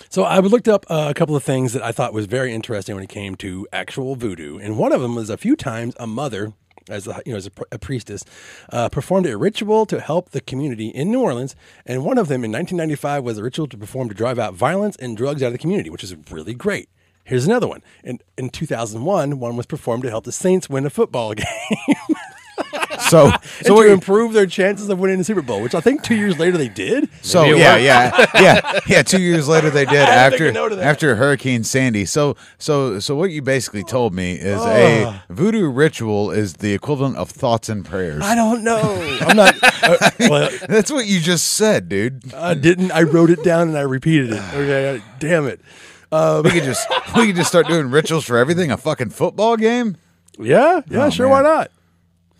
So I looked up uh, a couple of things that I thought was very interesting when it came to actual voodoo, and one of them was a few times a mother, as a, you know, as a, pr- a priestess, uh, performed a ritual to help the community in New Orleans, and one of them in 1995 was a ritual to perform to drive out violence and drugs out of the community, which is really great. Here's another one. In, in 2001, one was performed to help the Saints win a football game So, so so what to you improve their chances of winning the Super Bowl, which I think two years later they did. So Maybe it yeah, worked. yeah, yeah, yeah. Two years later, they did didn't make a after note of that. after Hurricane Sandy. So so so what you basically told me is Ah. a voodoo ritual is the equivalent of thoughts and prayers. I don't know. I'm not. uh, well, That's what you just said, dude. I didn't. I wrote it down and I repeated it. Okay, I- damn it. We could just we could just start doing rituals for everything. A fucking football game. Yeah, yeah, Oh, sure. man. Why not?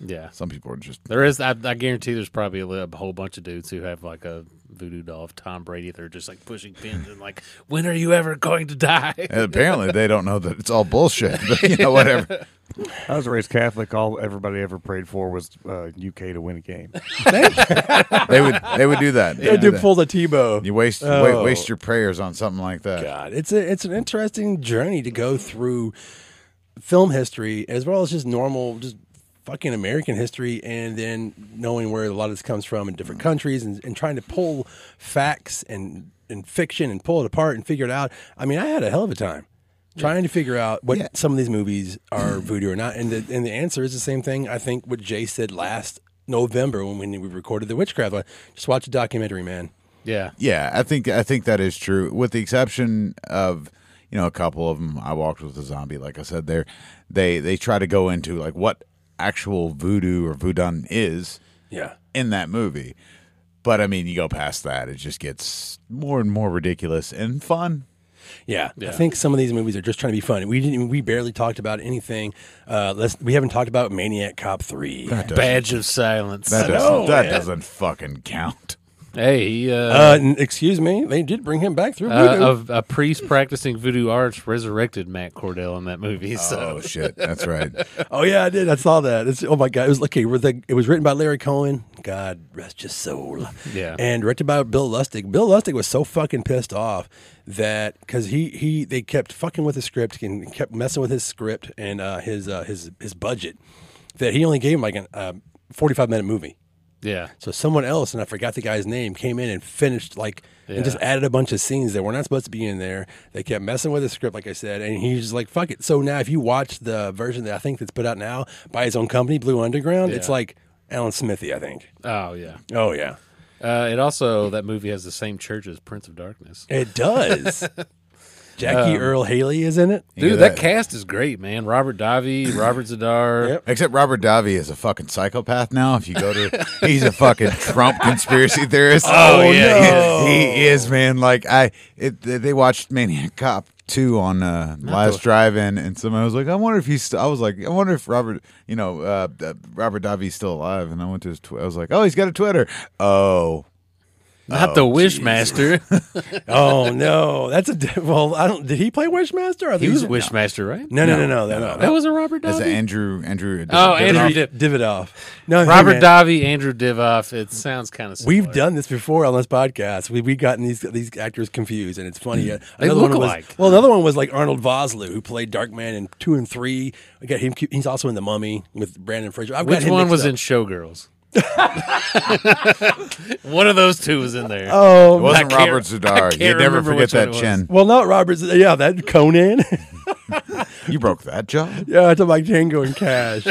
Yeah. Some people are just There is, I, I guarantee there's probably a, li- a whole bunch of dudes who have like a voodoo doll of Tom Brady. They're just like pushing pins and like, when are you ever going to die? apparently they don't know that it's all bullshit. But you know whatever. I was raised Catholic. All everybody ever prayed for was uh, UK to win a game. They would they would do that. They I would do did that. pull the Tebow. You waste wa- Oh. waste your prayers on something like that. God, it's a it's an interesting journey to go through film history as well as just normal just fucking American history and then knowing where a lot of this comes from in different countries and, and trying to pull facts and and fiction and pull it apart and figure it out. I mean, I had a hell of a time trying to figure out what Yeah. some of these movies are voodoo or not. And the and the answer is the same thing I think what Jay said last November when we recorded the witchcraft one. Just watch a documentary, man. yeah. Yeah, I think I think that is true, with the exception of you know a couple of them. I walked with a zombie, like I said. There, they they try to go into like what actual voodoo or voodoo is Yeah. in that movie, but I mean, you go past that, it just gets more and more ridiculous and fun. Yeah, I think some of these movies are just trying to be fun. We didn't. We barely talked about anything. Uh, let's, we haven't talked about Maniac Cop Three. Badge of silence. That know, doesn't that man. doesn't fucking count. Hey, he, uh, Uh, n- excuse me, they did bring him back through. uh, voodoo. of a priest practicing voodoo arts resurrected Matt Cordell in that movie. So Oh shit, that's right. oh yeah, I did. I saw that. It's, oh my god, it was okay. With the, it was written by Larry Cohen. God rest his soul. Yeah. and directed by Bill Lustig. Bill Lustig was so fucking pissed off that because he he they kept fucking with his script and kept messing with his script and uh, his uh, his his budget that he only gave him like a uh, forty five minute movie. yeah, So someone else, and I forgot the guy's name, came in and finished like Yeah. and just added a bunch of scenes that were not supposed to be in there. They kept messing with the script, like I said, and he's just like, "Fuck it." So now, if you watch the version that I think that's put out now by his own company, Blue Underground, it's Yeah. like Alan Smithy, I think. oh yeah. Oh yeah, Uh, it also that movie has the same church as Prince of Darkness. it does. Um, Jackie Earl Haley is in it. Look Dude, at that that. cast is great, man. Robert Davi, Robert Zadar. Yep. Except Robert Davi is a fucking psychopath now. If you go to, he's a fucking Trump conspiracy theorist. Oh, yeah, he is. He is, man. Like I, it, they they watched Maniac Cop two on uh, last drive-in, and someone was like, "I wonder if he's." St-, I was like, "I wonder if Robert, you know, uh, uh, Robert Davi's still alive." And I went to his. Tw- I was like, "Oh, he's got a Twitter." Oh, Not the Wishmaster. Oh no, that's a well. I don't. Did he play Wishmaster? I think he was he's- Wishmaster, right? No, no, no, no, no, no. That was a Robert that's Davi. Andrew. Andrew. Oh, Andrew Andrew Div- Dividoff. No, hey, man. Robert Davi, Andrew Divoff. It sounds kind of We've done this before on this podcast. We we've gotten these these actors confused, and it's funny. Uh, Mm. They another look one was, alike. Well, another one was like Arnold Vosloo, who played Darkman in two and three. I got him. He's also in The Mummy with Brandon Fraser. I've got Which him one mixed was up. in Showgirls? one of those two was in there. It Oh wasn't I can't- Robert I Zadar. can't You'd never remember forget which one that it was. chin. well, not Robert. Z- Yeah, that Conan. You broke that jaw. yeah, I took my Django and Cash.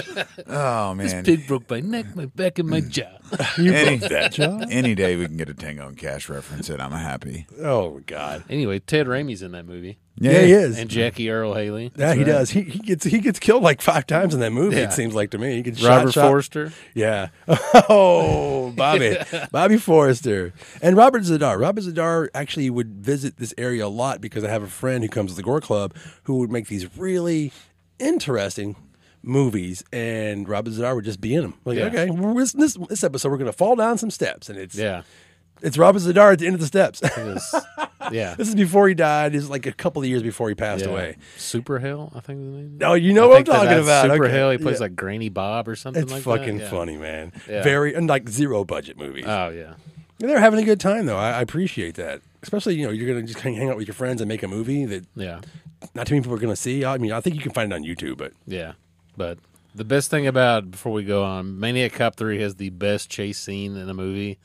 Oh man. Pig broke my neck, my back, and my Mm. jaw. You Any- broke that job. Any day we can get a Tango and Cash reference, and I'm happy. Oh God. anyway, Ted Raimi's in that movie, Yeah, he is. and Jackie Earl Haley, yeah, he does. He, he gets he gets killed like five times in that movie. Yeah. It seems like to me. He gets Robert shot, shot, Forster. Yeah. Oh, Bobby. Bobby Forrester. And Robert Zadar. Robert Zadar actually would visit this area a lot because I have a friend who comes to the Gore Club who would make these really interesting movies and Robert Zadar would just be in them. Like, Yeah. okay, we're, this, this this episode we're going to fall down some steps and it's Yeah, it's Robert Zadar at the end of the steps. It was- yeah, this is before he died. It's like a couple of years before he passed yeah. away. Super Hill, I think is the name. No, Oh, you I know what I'm think that talking that's about. Super Okay. Hill. He plays Yeah. like Granny Bob or something. it's like fucking that. Yeah. funny, man. Yeah. Very and like zero budget movies. Oh yeah, Yeah, They're having a good time though. I, I appreciate that. Especially, you know, you're gonna just kinda hang out with your friends and make a movie that yeah, not too many people are gonna see. I mean, I think you can find it on YouTube, but yeah. But the best thing about before we go on, Maniac Cop Three has the best chase scene in a movie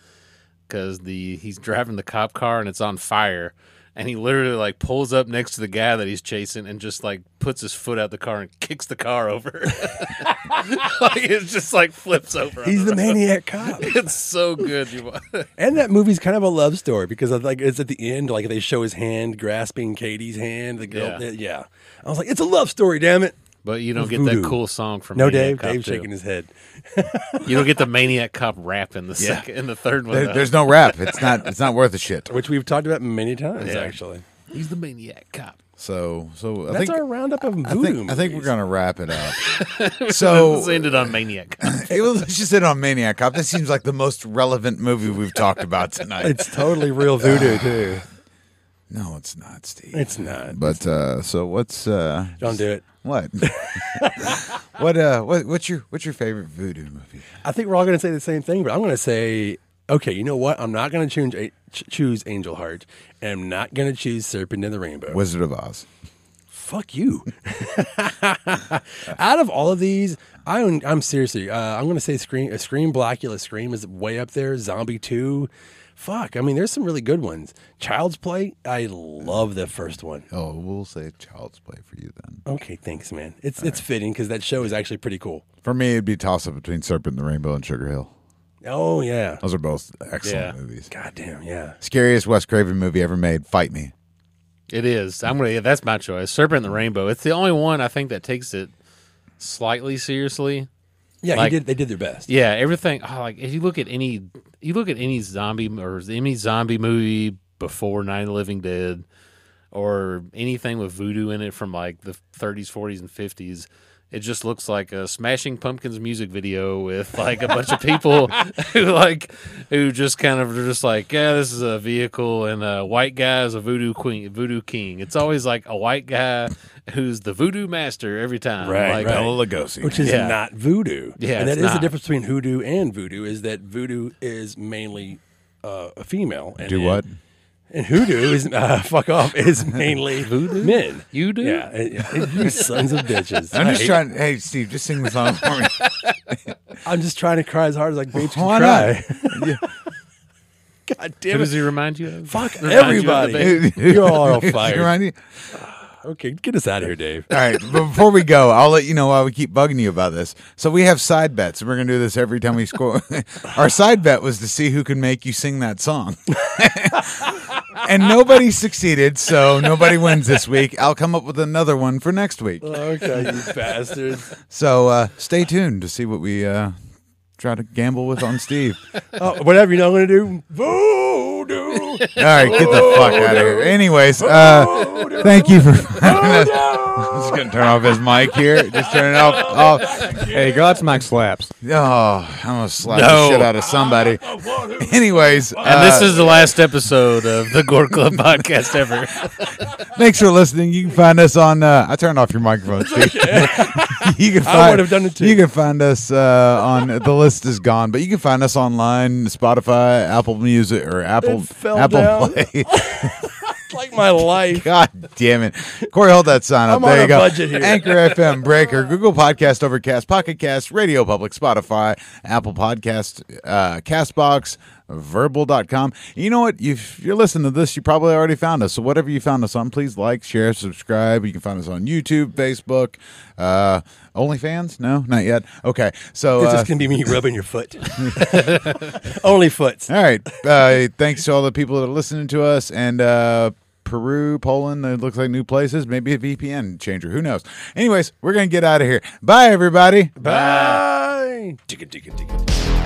because the he's driving the cop car and it's on fire. And he literally like pulls up next to the guy that he's chasing and just like puts his foot out the car and kicks the car over. like it's just like flips over. on he's the road. maniac cop. It's so good. You wa- And that movie's kind of a love story because of, like it's at the end, like they show his hand grasping Katie's hand. The girl, yeah. Yeah. I was like, it's a love story, damn it. but you don't get that Voodoo. cool song from No, Maniac Dave. Cop Dave's two. shaking his head. You don't get the Maniac Cop rap in the second in the third one. There, though. there's no rap. It's not. It's not worth a shit. Which we've talked about many times, Yeah. actually. he's the Maniac Cop. So, so I That's think our roundup of I voodoo think, I think we're movies. gonna wrap it up. Oh, Let's so, end it on Maniac Cop. it was just in on Maniac Cop. That seems like the most relevant movie we've talked about tonight. It's totally real voodoo too. no, it's not, Steve. It's not. but uh, so what's uh, Don't do it. what? what uh, what what's your what's your favorite voodoo movie? I think we're all going to say the same thing, but I'm going to say, okay, you know what? I'm not going to choose, a- ch- choose Angel Heart, and I'm not going to choose Serpent in the Rainbow. Wizard of Oz. Fuck you. Out of all of these, I don't, I'm seriously, uh, I'm going to say Scream, uh, Scream, Blackula, Scream is way up there. Zombie 2. Fuck. I mean, there's some really good ones. Child's Play, I love the first one. Oh, we'll say Child's Play for you then. Okay, thanks, man. It's it's fitting because that show is actually pretty cool. For me, it'd be toss up between Serpent and the Rainbow and Sugar Hill. Oh yeah. Those are both excellent Yeah. movies. God damn, yeah. Scariest Wes Craven movie ever made. Fight me. It is. I'm gonna. yeah, That's my choice. Serpent in the Rainbow. It's the only one I think that takes it slightly seriously. Yeah, Like- he did they did their best. Yeah, everything. Oh, like if you look at any, you look at any zombie or any zombie movie before Night of the Living Dead, or anything with voodoo in it from like the 30s, 40s, and 50s. It just looks like a Smashing Pumpkins music video with like a bunch of people who like who just kind of are just like, yeah, this is a vehicle, and a white guy is a voodoo queen, voodoo king. It's always like a white guy who's the voodoo master every time. Right, like, right. Bela Lugosi. which is Yeah. not voodoo. Yeah, and that it's is the not. difference between hoodoo and voodoo is that voodoo is mainly uh, a female. And, Do what? And hoodoo is uh, fuck off is mainly voodoo men. You do? Yeah, and- and you sons of bitches. I'm just I- trying. Hey, Steve, just sing the song for me. I'm just trying to cry as hard as I can Why try. God Who damn does it! he remind you of? Fuck Remind you of the band? everybody. You're all on fire. Remind you? Okay, get us out of here, Dave. All right, but before we go, I'll let you know why we keep bugging you about this. So we have side bets, and we're gonna do this every time we score. Our side bet was to see who can make you sing that song, and nobody succeeded, so nobody wins this week. I'll come up with another one for next week. Okay, you bastards. So uh, stay tuned to see what we uh, try to gamble with on Steve. Oh, whatever you know, what I'm gonna do voodoo. All right, get the fuck out of here. Anyways, uh, thank you for. I'm just gonna turn off his mic here. Just turn it off. off. Hey, God's mic slaps. Oh, I'm gonna slap No. the shit out of somebody. Anyways, And uh, this is the last episode of the Gore Club podcast ever. thanks for listening. You can find us on. Uh, I turned off your microphone. Steve. you can find, I would've done it too. You can find us uh, on. The list is gone, but you can find us online: Spotify, Apple Music, or Apple It fell Apple down. Play. like my life. God damn it. Corey, hold that sign up. I'm there on you a go. budget here. Anchor FM, Breaker, Google Podcast, Overcast, Pocket Cast, Radio Public, Spotify, Apple Podcast, uh, Castbox, Verbal.com. You know what? If you're listening to this, you probably already found us. So whatever you found us on, please like, share, subscribe. You can find us on YouTube, Facebook, uh, OnlyFans? No, not yet. Okay. So This uh, is gonna be me rubbing your foot. Only foots. all right. Uh, thanks to all the people that are listening to us and uh, Peru, Poland. It looks like new places. Maybe a VPN changer. Who knows? Anyways, we're going to get out of here. Bye, everybody. Bye. Digga, digga, digga.